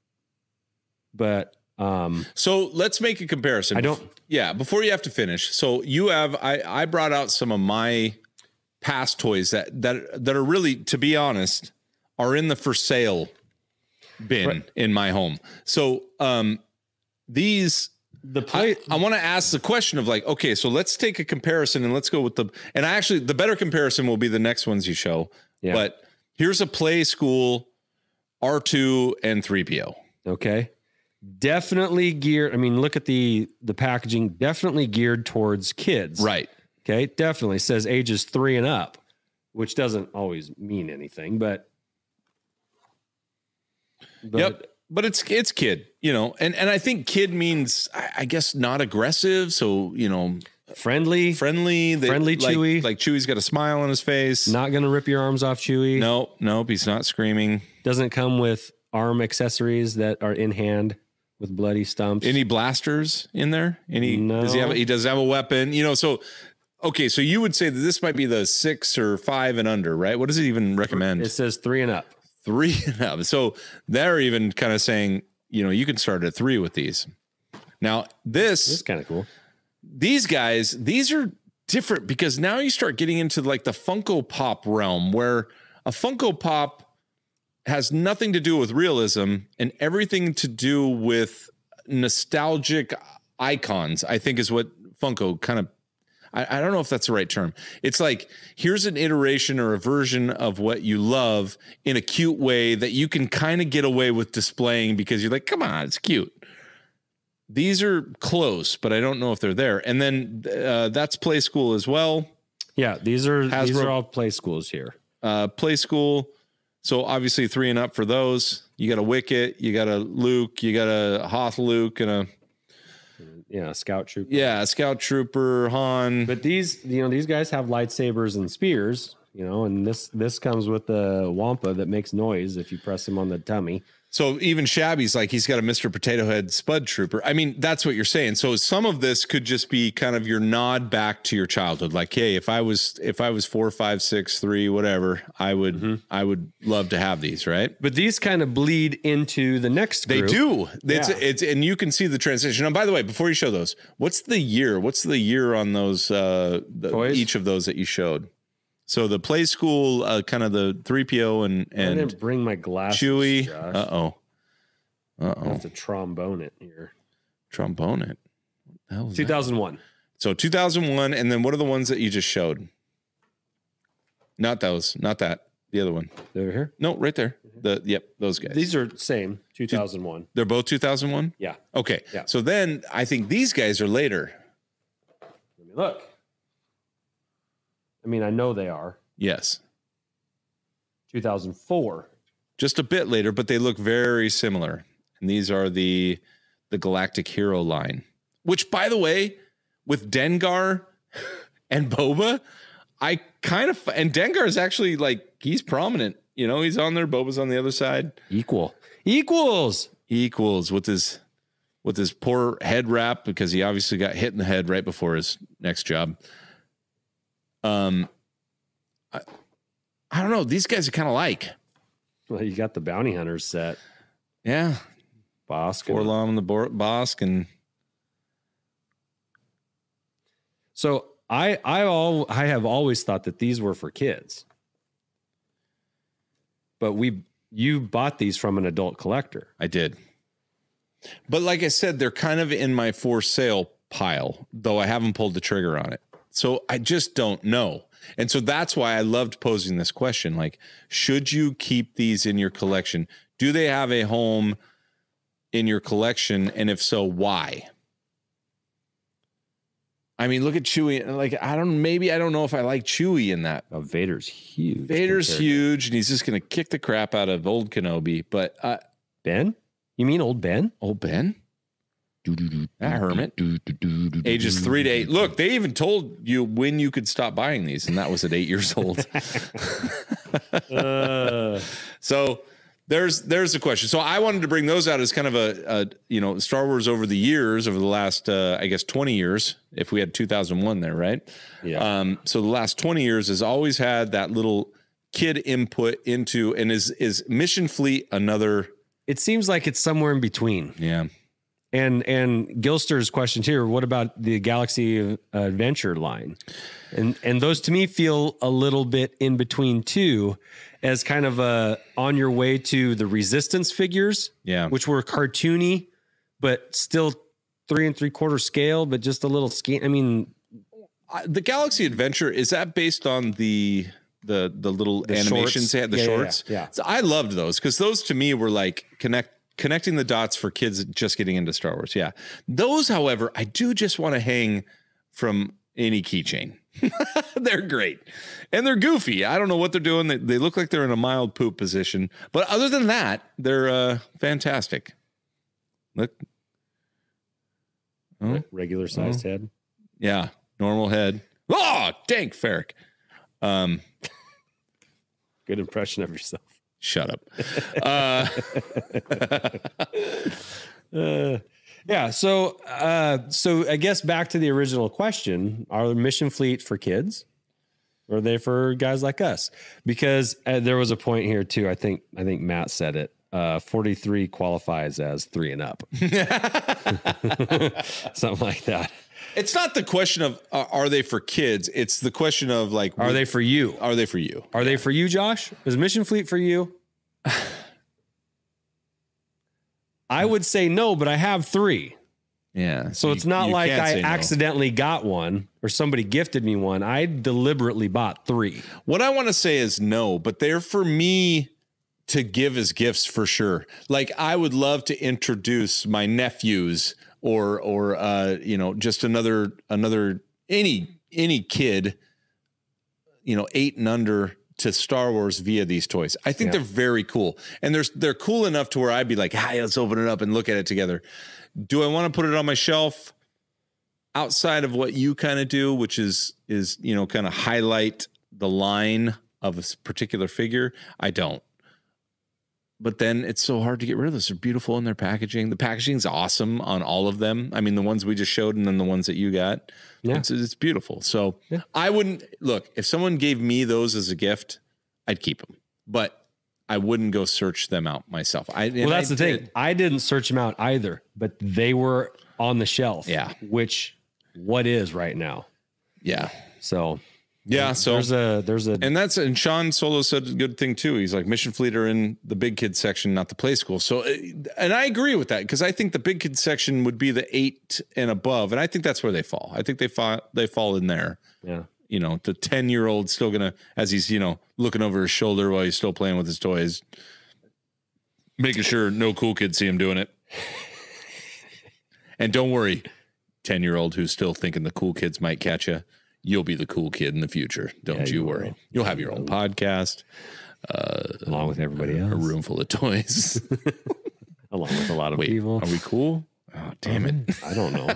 [SPEAKER 1] but um,
[SPEAKER 2] So let's make a comparison.
[SPEAKER 1] I don't-
[SPEAKER 2] Yeah, before you have to finish. So you have I I brought out some of my past toys that that that are really to be honest are in the for sale bin
[SPEAKER 1] Right.
[SPEAKER 2] in my home. So um these
[SPEAKER 1] the play
[SPEAKER 2] I, I want to ask the question of like, okay, so let's take a comparison and let's go with the and I actually the better comparison will be the next ones you show.
[SPEAKER 1] Yeah.
[SPEAKER 2] But here's a play school R2 and 3PO.
[SPEAKER 1] okay definitely geared i mean look at the the packaging definitely geared towards kids
[SPEAKER 2] Right.
[SPEAKER 1] okay definitely says ages three and up which doesn't always mean anything but, but
[SPEAKER 2] yep. But it's it's kid, you know, and and I think kid means I, I guess not aggressive, so you know,
[SPEAKER 1] friendly
[SPEAKER 2] friendly, they-
[SPEAKER 1] Friendly
[SPEAKER 2] like,
[SPEAKER 1] Chewie.
[SPEAKER 2] like Chewie's got a smile on his face.
[SPEAKER 1] not gonna rip your arms off chewy
[SPEAKER 2] nope, nope, he's not screaming.
[SPEAKER 1] doesn't come with arm accessories that are in hand with bloody stumps
[SPEAKER 2] Any blasters in there? Any? Does he have?
[SPEAKER 1] No.
[SPEAKER 2] He does have a weapon, you know. So okay, so you would say that this might be the six or five and under, right? What does it even recommend?
[SPEAKER 1] it says three and up
[SPEAKER 2] three and up. So they're even kind of saying, you know, you can start at three with these. Now
[SPEAKER 1] this is
[SPEAKER 2] this
[SPEAKER 1] kind of cool
[SPEAKER 2] these guys, these are different because now you start getting into like the Funko Pop realm where a Funko Pop has nothing to do with realism and everything to do with nostalgic icons, I think is what Funko kind of. I, I don't know if that's the right term. It's like here's an iteration or a version of what you love in a cute way that you can kind of get away with displaying because you're like, come on, it's cute these are close, but I don't know if they're there. And then uh, that's Play School as well.
[SPEAKER 1] yeah these are these
[SPEAKER 2] Hasbro-
[SPEAKER 1] are all play schools here
[SPEAKER 2] Uh, Play School. So obviously three and up for those. You got a Wicket, you got a Luke, you got a Hoth Luke, and a
[SPEAKER 1] yeah scout troop
[SPEAKER 2] yeah, a Scout Trooper Han.
[SPEAKER 1] But these, you know, these guys have lightsabers and spears, you know, and this this comes with the wampa that makes noise if you press him on the tummy.
[SPEAKER 2] So even Shabby's like he's got a Mr. Potato Head Spud Trooper. I mean, that's what you're saying. So some of this could just be kind of your nod back to your childhood. Like, hey, if I was if I was four, five, six, three, whatever, I would I would love to have these, right?
[SPEAKER 1] But these kind of bleed into the next.
[SPEAKER 2] They
[SPEAKER 1] group.
[SPEAKER 2] do. It's
[SPEAKER 1] Yeah.
[SPEAKER 2] it's and you can see the transition. And by the way, before you show those, what's the year? What's the year on those uh the,
[SPEAKER 1] Toys?
[SPEAKER 2] each of those that you showed? So the play school uh, kind of the 3PO and
[SPEAKER 1] I
[SPEAKER 2] and
[SPEAKER 1] didn't bring my glasses.
[SPEAKER 2] Chewy.
[SPEAKER 1] Josh.
[SPEAKER 2] Uh-oh.
[SPEAKER 1] I
[SPEAKER 2] Uh-oh.
[SPEAKER 1] have to trombone it here.
[SPEAKER 2] Trombone it. What the hell is that?
[SPEAKER 1] 2001.
[SPEAKER 2] So 2001 and then what are the ones that you just showed? Not those, not that. The other one.
[SPEAKER 1] They Over here.
[SPEAKER 2] No, right there. The yep, those guys.
[SPEAKER 1] Mm-hmm. These are same. 2001.
[SPEAKER 2] They're both 2001?
[SPEAKER 1] Yeah.
[SPEAKER 2] Okay.
[SPEAKER 1] Yeah.
[SPEAKER 2] So then I think these guys are later.
[SPEAKER 1] Let me look. I mean, I know they are.
[SPEAKER 2] Yes.
[SPEAKER 1] 2004.
[SPEAKER 2] just a bit later, but they look very similar. And these are the the Galactic Hero line, which, by the way, with Dengar and Boba, I kind of and Dengar is actually like he's prominent. You know, he's on there. Boba's on the other side.
[SPEAKER 1] Equal. Equals.
[SPEAKER 2] He equals with his with his poor head wrap because he obviously got hit in the head right before his next job. Um, I, I don't know. These guys are kind of like
[SPEAKER 1] Well, you got the bounty hunters set.
[SPEAKER 2] yeah.
[SPEAKER 1] Boss.
[SPEAKER 2] Forlom and the Bor- Bosk and
[SPEAKER 1] So I I all I have always thought that these were for kids. But we you bought these from an adult collector.
[SPEAKER 2] I did. But like I said, they're kind of in my for sale pile, though I haven't pulled the trigger on it. So I just don't know. And so that's why I loved posing this question like, should you keep these in your collection? Do they have a home in your collection? And if so, why? I mean, look at Chewy. Like, I don't, maybe I don't know if I like Chewy in that
[SPEAKER 1] Now, Vader's huge.
[SPEAKER 2] Vader's
[SPEAKER 1] compared to-
[SPEAKER 2] huge, and he's just going to kick the crap out of old Kenobi. But uh,
[SPEAKER 1] Ben? You mean old Ben?
[SPEAKER 2] old Ben, that hermit, ages three to eight. Look, they even told you when you could stop buying these, and that was at eight years old.
[SPEAKER 1] Uh,
[SPEAKER 2] so there's there's the question. So I wanted to bring those out as kind of a, a you know Star Wars over the years, over the last uh, I guess twenty years, if we had two thousand one there, right?
[SPEAKER 1] yeah.
[SPEAKER 2] Um, so the last 20 years has always had that little kid input into and is is Mission Fleet another
[SPEAKER 1] it seems like it's somewhere in between.
[SPEAKER 2] yeah.
[SPEAKER 1] And and Gilster's questions here. What about the Galaxy Adventure line? And and those to me feel a little bit in between too, as kind of a on your way to the Resistance figures,
[SPEAKER 2] Yeah.
[SPEAKER 1] which were cartoony, but still three and three quarter scale, but just a little skin. I mean,
[SPEAKER 2] I- the Galaxy Adventure is that based on the the the little
[SPEAKER 1] The shorts.
[SPEAKER 2] animations they had the
[SPEAKER 1] Yeah, yeah, yeah,
[SPEAKER 2] shorts?
[SPEAKER 1] yeah.
[SPEAKER 2] So I loved those cuz those to me were like connect connecting the dots for kids just getting into Star Wars. Yeah. Those however, I do just want to hang from any keychain. they're great. And they're goofy. I don't know what they're doing. They, they look like they're in a mild poop position. But other than that, they're uh fantastic. Look. Oh.
[SPEAKER 1] regular
[SPEAKER 2] sized
[SPEAKER 1] head.
[SPEAKER 2] Yeah, normal head. Oh, dank Ferrick. Um,
[SPEAKER 1] Good impression of yourself.
[SPEAKER 2] shut up. Uh,
[SPEAKER 1] Uh, yeah. So, uh, so I guess back to the original question: Are the mission fleet for kids, or are they for guys like us? Because uh, there was a point here too. I think I think Matt said it. Uh, Forty three qualifies as three and up, something like that.
[SPEAKER 2] it's not the question of uh, are they for kids. It's the question of like
[SPEAKER 1] Are they for you?
[SPEAKER 2] are they for you?
[SPEAKER 1] Are they for you, Josh? Is mission fleet for you? I would say no, but I have three.
[SPEAKER 2] Yeah.
[SPEAKER 1] So it's not like I accidentally got one or somebody gifted me one. I deliberately bought three.
[SPEAKER 2] What I want to say is no, but they're for me to give as gifts for sure. Like I would love to introduce my nephews or or uh you know just another another any any kid you know 8 and under to Star Wars via these toys. I think
[SPEAKER 1] Yeah.
[SPEAKER 2] they're very cool. And there's they're cool enough to where I'd be like, "Hey, let's open it up and look at it together." Do I want to put it on my shelf? outside of what you kind of do, which is is you know kind of highlight the line of a s- particular figure, I don't. But then it's so hard to get rid of those. They're beautiful in their packaging. The packaging's awesome on all of them. I mean, the ones we just showed and then the ones that you got.
[SPEAKER 1] Yeah.
[SPEAKER 2] It's, it's beautiful. So
[SPEAKER 1] Yeah.
[SPEAKER 2] I wouldn't look if someone gave me those as a gift, I'd keep them. But I wouldn't go search them out myself. I,
[SPEAKER 1] well, that's the thing. I didn't search them out either, but they were on the shelf.
[SPEAKER 2] Yeah.
[SPEAKER 1] Which what is right now.
[SPEAKER 2] Yeah.
[SPEAKER 1] So
[SPEAKER 2] Yeah. So
[SPEAKER 1] there's a there's a
[SPEAKER 2] And that's and Sean Solo said a good thing too. He's like Mission Fleet are in the big kid section, not the play school. So, uh, and I agree with that because I think the big kid section would be the eight and above, and I think that's where they fall. I think they fall they fall in there.
[SPEAKER 1] yeah.
[SPEAKER 2] You know, the ten year old still gonna as he's you know looking over his shoulder while he's still playing with his toys, making sure no cool kids see him doing it. and don't worry, ten year old who's still thinking the cool kids might catch you. You'll be the cool kid in the future. Don't
[SPEAKER 1] Yeah,
[SPEAKER 2] you,
[SPEAKER 1] you
[SPEAKER 2] worry.
[SPEAKER 1] will.
[SPEAKER 2] You'll have your own podcast,
[SPEAKER 1] Along with everybody else.
[SPEAKER 2] a room full of toys.
[SPEAKER 1] Along with a lot of
[SPEAKER 2] Wait,
[SPEAKER 1] people. Mm-hmm.
[SPEAKER 2] are we cool? Oh, damn it.
[SPEAKER 1] I don't know.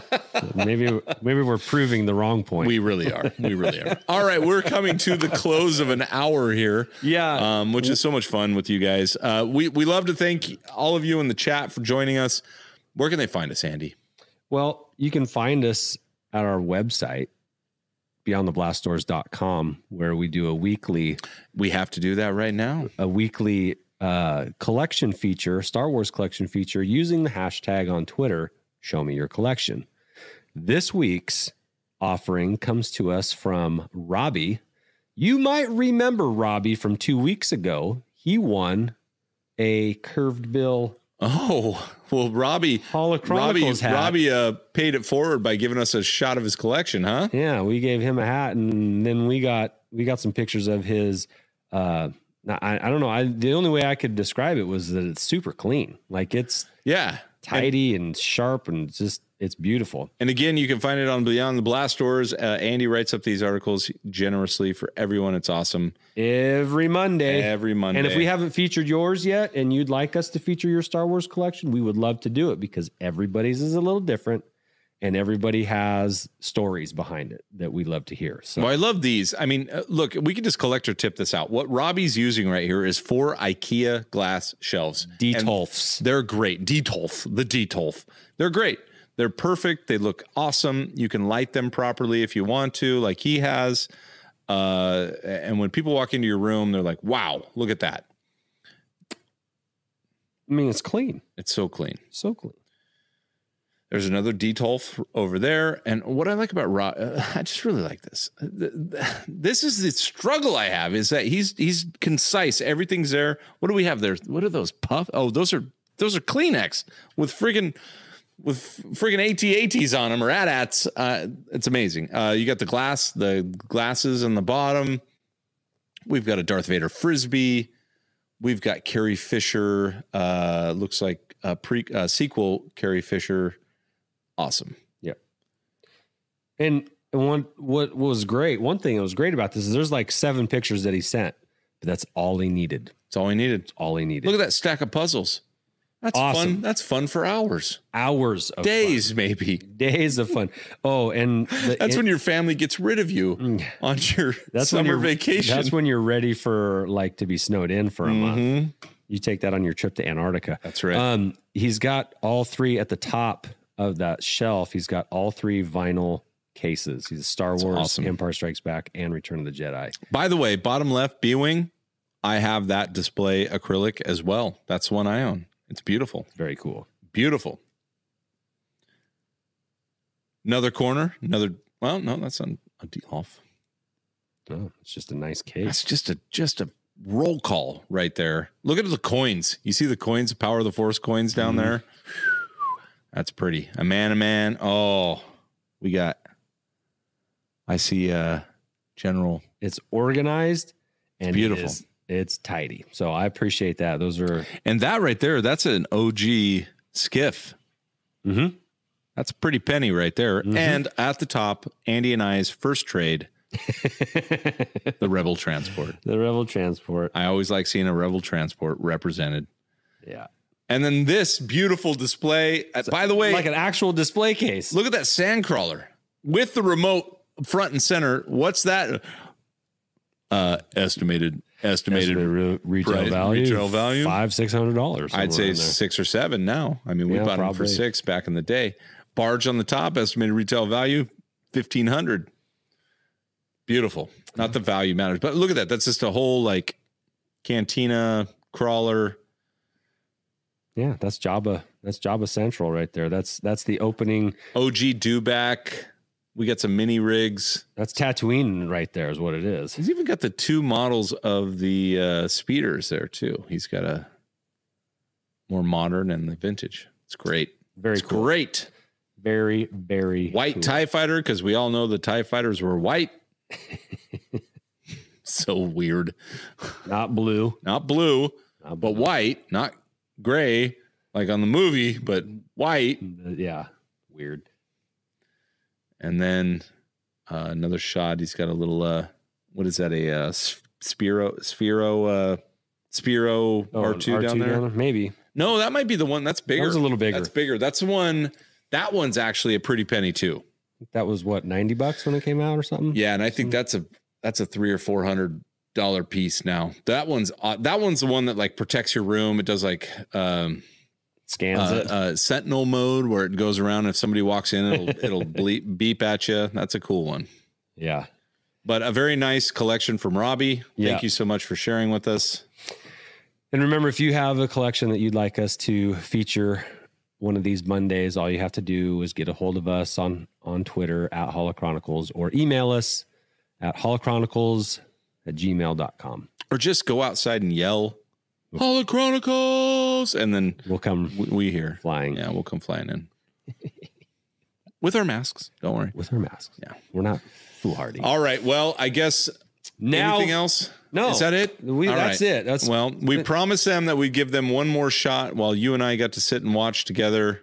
[SPEAKER 1] maybe maybe we're proving the wrong point.
[SPEAKER 2] We really are. We really are. All right, we're coming to the close of an hour here.
[SPEAKER 1] yeah.
[SPEAKER 2] um, which is so much fun with you guys. Uh, we we love to thank all of you in the chat for joining us. Where can they find us, Andy?
[SPEAKER 1] Well, you can find us at our website, beyondtheblastdoors.com, where we do a weekly
[SPEAKER 2] We have to do that right now.
[SPEAKER 1] a weekly uh, collection feature, Star Wars collection feature, using the hashtag on Twitter, show me your collection. This week's offering comes to us from Robbie. You might remember Robbie from two weeks ago. He won a curved bill
[SPEAKER 2] Oh, well, Robbie,
[SPEAKER 1] Holo
[SPEAKER 2] Robbie,
[SPEAKER 1] Chronicles hat.
[SPEAKER 2] Robbie uh, paid it forward by giving us a shot of his collection, huh?
[SPEAKER 1] Yeah, we gave him a hat, and then we got we got some pictures of his. uh now, I, I don't know. I the only way I could describe it was that it's super clean. Like it's
[SPEAKER 2] Yeah.
[SPEAKER 1] tidy and, sharp and just it's beautiful.
[SPEAKER 2] And again, you can find it on Beyond the Blast Doors. Uh, Andy writes up these articles generously for everyone. It's awesome
[SPEAKER 1] Every Monday.
[SPEAKER 2] every Monday.
[SPEAKER 1] And if we haven't featured yours yet and you'd like us to feature your Star Wars collection, we would love to do it because everybody's is a little different and everybody has stories behind it that we love to hear. So
[SPEAKER 2] Well, I love these. I mean, uh, look, we can just collector tip this out. What Robbie's using right here is four IKEA glass shelves.
[SPEAKER 1] Detolfs.
[SPEAKER 2] They're great. Detolf, the Detolf. They're great. They're perfect. They look awesome. You can light them properly if you want to, like he has. Uh, and when people walk into your room, they're like, wow, look at that.
[SPEAKER 1] I mean, it's clean.
[SPEAKER 2] It's so clean.
[SPEAKER 1] So clean.
[SPEAKER 2] There's another Detolf over there. And what I like about Rob, uh, I just really like this. Uh, Th- th- This is the struggle I have is that he's he's concise. Everything's there. What do we have there? What are those puff? Oh, those are those are Kleenex with friggin' with friggin' ATATs on them or AT-ATs. Uh, it's amazing. Uh, you got the glass, the glasses on the bottom. We've got a Darth Vader frisbee. We've got Carrie Fisher. Uh, looks like a pre uh, sequel Carrie Fisher awesome.
[SPEAKER 1] And one what was great, one thing that was great about this is there's like seven pictures that he sent, but that's all he needed.
[SPEAKER 2] That's all I needed.
[SPEAKER 1] All he needed.
[SPEAKER 2] Look at that stack of puzzles. That's
[SPEAKER 1] Awesome.
[SPEAKER 2] fun. That's fun for hours,
[SPEAKER 1] Hours of
[SPEAKER 2] days, maybe.
[SPEAKER 1] fun. days of fun. Oh, and the-
[SPEAKER 2] That's when your family gets rid of you
[SPEAKER 1] Mm.
[SPEAKER 2] on your
[SPEAKER 1] that's when
[SPEAKER 2] summer
[SPEAKER 1] you're-
[SPEAKER 2] vacation.
[SPEAKER 1] That's when you're ready for like to be snowed in for a month.
[SPEAKER 2] Mhm.
[SPEAKER 1] You take that on your trip to Antarctica.
[SPEAKER 2] That's right.
[SPEAKER 1] Um, he's got all three at the top of that shelf. He's got all three vinyl cases. He's Star
[SPEAKER 2] That's
[SPEAKER 1] Wars,
[SPEAKER 2] awesome.
[SPEAKER 1] Empire Strikes Back, and Return of the Jedi.
[SPEAKER 2] By the way, bottom left B wing, I have that display acrylic as well. That's one I own. It's beautiful,
[SPEAKER 1] Very cool.
[SPEAKER 2] beautiful. Another corner, another. Well, no, that's on a D off.
[SPEAKER 1] Oh, it's just a nice case.
[SPEAKER 2] That's just a just a roll call right there. Look at the coins. You see the coins, power of the force coins down
[SPEAKER 1] Mhm.
[SPEAKER 2] there. That's pretty. A man, a man. Oh, we got. I see. Uh, General.
[SPEAKER 1] It's organized and it
[SPEAKER 2] beautiful.
[SPEAKER 1] is- it's tidy. So I appreciate that. Those are
[SPEAKER 2] And that right there, that's an OG skiff. Mm-hmm.
[SPEAKER 1] Mhm.
[SPEAKER 2] That's a pretty penny right there.
[SPEAKER 1] Mhm.
[SPEAKER 2] And at the top, Andy and I's first trade, the Rebel Transport.
[SPEAKER 1] the Rebel Transport.
[SPEAKER 2] I always like seeing a Rebel Transport represented.
[SPEAKER 1] Yeah.
[SPEAKER 2] And then this beautiful display. Uh, By the way,
[SPEAKER 1] Like an actual display case.
[SPEAKER 2] Look at that sandcrawler with the remote front and center. What's that? Uh, estimated, estimated.
[SPEAKER 1] estimated re- retail
[SPEAKER 2] price-
[SPEAKER 1] value,
[SPEAKER 2] retail value?
[SPEAKER 1] five six hundred dollars.
[SPEAKER 2] I'd say six or seven now. I mean, we
[SPEAKER 1] Yeah,
[SPEAKER 2] bought them for
[SPEAKER 1] probably.
[SPEAKER 2] six back in the day. Barge on the top, estimated retail value fifteen hundred. Beautiful. Not the value matters, but look at that. That's just a whole like cantina crawler.
[SPEAKER 1] yeah, that's Java. That's Java Central right there. That's that's the opening.
[SPEAKER 2] OG Duback. We got some mini rigs.
[SPEAKER 1] That's Tatooine right there is what it is.
[SPEAKER 2] He's even got the two models of the uh, speeders there too. He's got a more modern and the vintage. It's great.
[SPEAKER 1] Very
[SPEAKER 2] It's
[SPEAKER 1] cool.
[SPEAKER 2] great.
[SPEAKER 1] Very very
[SPEAKER 2] White
[SPEAKER 1] cool.
[SPEAKER 2] Tie Fighter because we all know the Tie Fighters were white. so weird.
[SPEAKER 1] not blue.
[SPEAKER 2] Not blue,
[SPEAKER 1] Not
[SPEAKER 2] but
[SPEAKER 1] blue.
[SPEAKER 2] white. Not gray like on the movie, but white.
[SPEAKER 1] Yeah, weird.
[SPEAKER 2] And then uh, another shot. He's got a little. Uh, what is that? A uh, s- Spiro Spiro uh, Spiro
[SPEAKER 1] Oh, an
[SPEAKER 2] R2, down there.
[SPEAKER 1] maybe
[SPEAKER 2] No, that might be the one that's bigger.
[SPEAKER 1] that was a little bigger.
[SPEAKER 2] That's bigger. That's the one. That one's actually a pretty penny too.
[SPEAKER 1] that was what ninety bucks when it came out or something.
[SPEAKER 2] Yeah, and I
[SPEAKER 1] Mm-hmm.
[SPEAKER 2] think that's a that's a three or four hundred dollar piece now. That one's uh, that one's the one that like protects your room. It does like um uh,
[SPEAKER 1] scans it.
[SPEAKER 2] uh, sentinel mode where it goes around. If somebody walks in, it'll it'll bleep beep at you. That's a cool one.
[SPEAKER 1] yeah,
[SPEAKER 2] But a very nice collection from Robbie.
[SPEAKER 1] Yeah.
[SPEAKER 2] Thank you so much for sharing with us.
[SPEAKER 1] And remember, if you have a collection that you'd like us to feature one of these Mondays, all you have to do is get a hold of us on on Twitter at Holochronicles or email us at holochronicles at gmail.com.
[SPEAKER 2] Or just go outside and yell, Holo Chronicles, and then
[SPEAKER 1] We'll come
[SPEAKER 2] we, we hear.
[SPEAKER 1] flying
[SPEAKER 2] Yeah, we'll come flying in with our masks. Don't worry.
[SPEAKER 1] with our masks.
[SPEAKER 2] Yeah.
[SPEAKER 1] We're not foolhardy.
[SPEAKER 2] All right. Well, I guess
[SPEAKER 1] now,
[SPEAKER 2] anything else?
[SPEAKER 1] no.
[SPEAKER 2] Is that it?
[SPEAKER 1] We,
[SPEAKER 2] All
[SPEAKER 1] that's
[SPEAKER 2] right.
[SPEAKER 1] it. That's
[SPEAKER 2] Well, we promised them that we'd give them one more shot while you and I got to sit and watch together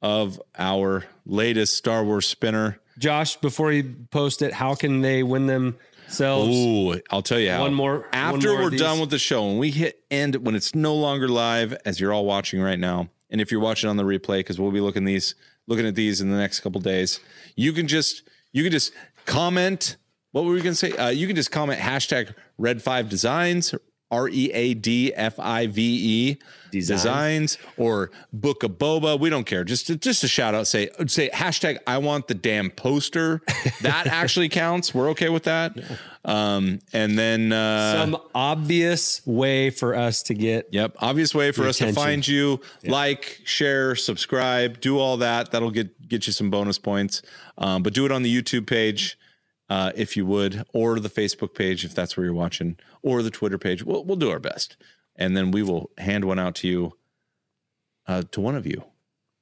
[SPEAKER 2] of our latest Star Wars spinner.
[SPEAKER 1] Josh, before you post it, how can they win themselves
[SPEAKER 2] Ooh, I'll tell you how.
[SPEAKER 1] one more
[SPEAKER 2] After we're done with the show, when we hit end, when it's no longer live, as you're all watching right now, and if you're watching on the replay, because we'll be looking these, looking at these in the next couple days, you can just you can just comment. What were we gonna say? Uh, you can just comment hashtag Red Five Designs, R E A D F I V E designs or book a boba we don't care just just a shout out say say hashtag i want the damn poster that actually counts we're okay with that um and then uh
[SPEAKER 1] some obvious way for us to get
[SPEAKER 2] Yep. Obvious way for us to
[SPEAKER 1] Retention.
[SPEAKER 2] find you. Like, share, subscribe, do all that. That'll get get you some bonus points. Um, but do it on the YouTube page uh, if you would, or the Facebook page if that's where you're watching, or the Twitter page. We'll we'll do our best, and then we will hand one out to you, uh, to one of you.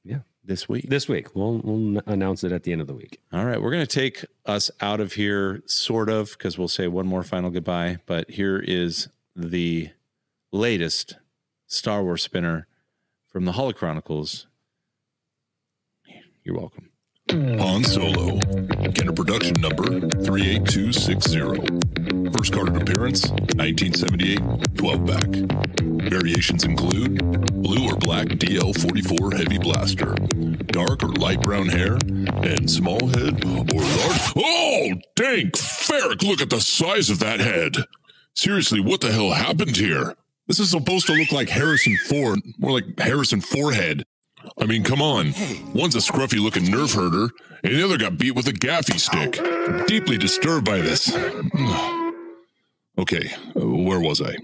[SPEAKER 1] Yeah.
[SPEAKER 2] This week.
[SPEAKER 1] this week. We'll, we'll announce it at the end of the week.
[SPEAKER 2] All right, we're going to take us out of here, sort of, because we'll say one more final goodbye. But here is the latest Star Wars spinner from the Holochronicles. You're welcome.
[SPEAKER 4] Han Solo. Kenner production number 38260. First card of appearance 1978 12 pack. Variations include blue or black DL 44 heavy blaster, dark or light brown hair, and small head or large. Oh, dank ferric, look at the size of that head. Seriously, what the hell happened here? This is supposed to look like Harrison Ford, more like Harrison Forehead. I mean, come on. One's a scruffy looking nerf herder, and the other got beat with a gaffy stick. Deeply disturbed by this. okay, uh, where was I?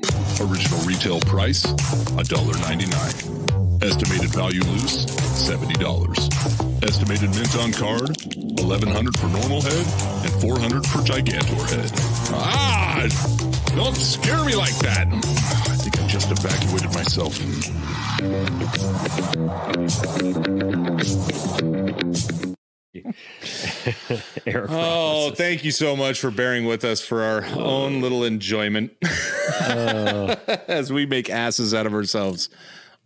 [SPEAKER 4] Original retail price $1.99. Estimated value loose $70. Estimated mint on card 1100 for normal head and 400 for gigantor head. Ah! Don't scare me like that! I think I just evacuated myself.
[SPEAKER 1] Eric
[SPEAKER 2] Oh, thank you so much for bearing with us for our own little enjoyment as we make asses out of ourselves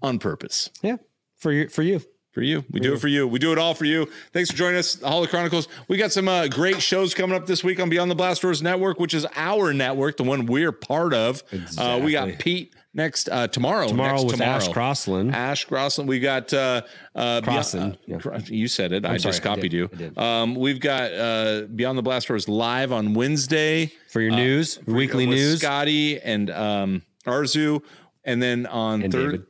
[SPEAKER 2] on purpose.
[SPEAKER 1] yeah, for you, for you.
[SPEAKER 2] for you. We do it for you. We do it all for you. Thanks for joining us, the Hollow Chronicles. We got some uh, great shows coming up this week on Beyond the Blast Doors Network, which is our network, the one we're part of. Uh, we got
[SPEAKER 1] Exactly.
[SPEAKER 2] Pete next uh, tomorrow.
[SPEAKER 1] Tomorrow Uh,
[SPEAKER 2] next
[SPEAKER 1] with Ash Crossland.
[SPEAKER 2] Ash Crossland. We got uh, uh,
[SPEAKER 1] Crossan, yeah.
[SPEAKER 2] Beyond, uh, Cro- You said it. i
[SPEAKER 1] sorry,
[SPEAKER 2] just
[SPEAKER 1] I
[SPEAKER 2] copied
[SPEAKER 1] did, I
[SPEAKER 2] you.
[SPEAKER 1] did.
[SPEAKER 2] Um, we've got uh, Beyond the Blast Doors live on Wednesday
[SPEAKER 1] uh, for your news, weekly
[SPEAKER 2] with
[SPEAKER 1] news.
[SPEAKER 2] Scotty and um, Arzu, and then on
[SPEAKER 1] And
[SPEAKER 2] third
[SPEAKER 1] David.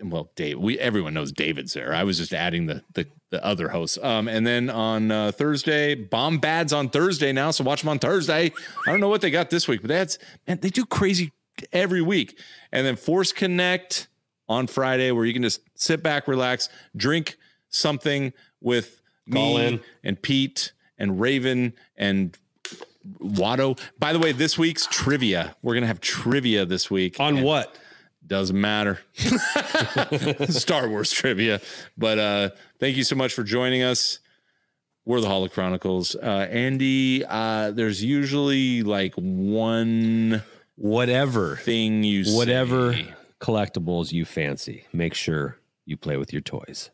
[SPEAKER 2] and well, Dave. We everyone knows David's there. I was just adding the the, the other hosts. Um, and then on uh, Thursday, Bomb Bad's on Thursday now, so watch them on Thursday. I don't know what they got this week, but that's man, they do crazy every week. And then Force Connect on Friday, where you can just sit back, relax, drink something with
[SPEAKER 1] Call
[SPEAKER 2] me
[SPEAKER 1] in.
[SPEAKER 2] and Pete and Raven and Watto. By the way, this week's trivia. We're gonna have trivia this week.
[SPEAKER 1] on what?
[SPEAKER 2] Doesn't matter. Star Wars trivia. But uh thank you so much for joining us. We're the Holo Chronicles. Uh Andy, uh there's usually like one
[SPEAKER 1] Whatever,
[SPEAKER 2] thing you say.
[SPEAKER 1] whatever collectibles you fancy, make sure you play with your toys.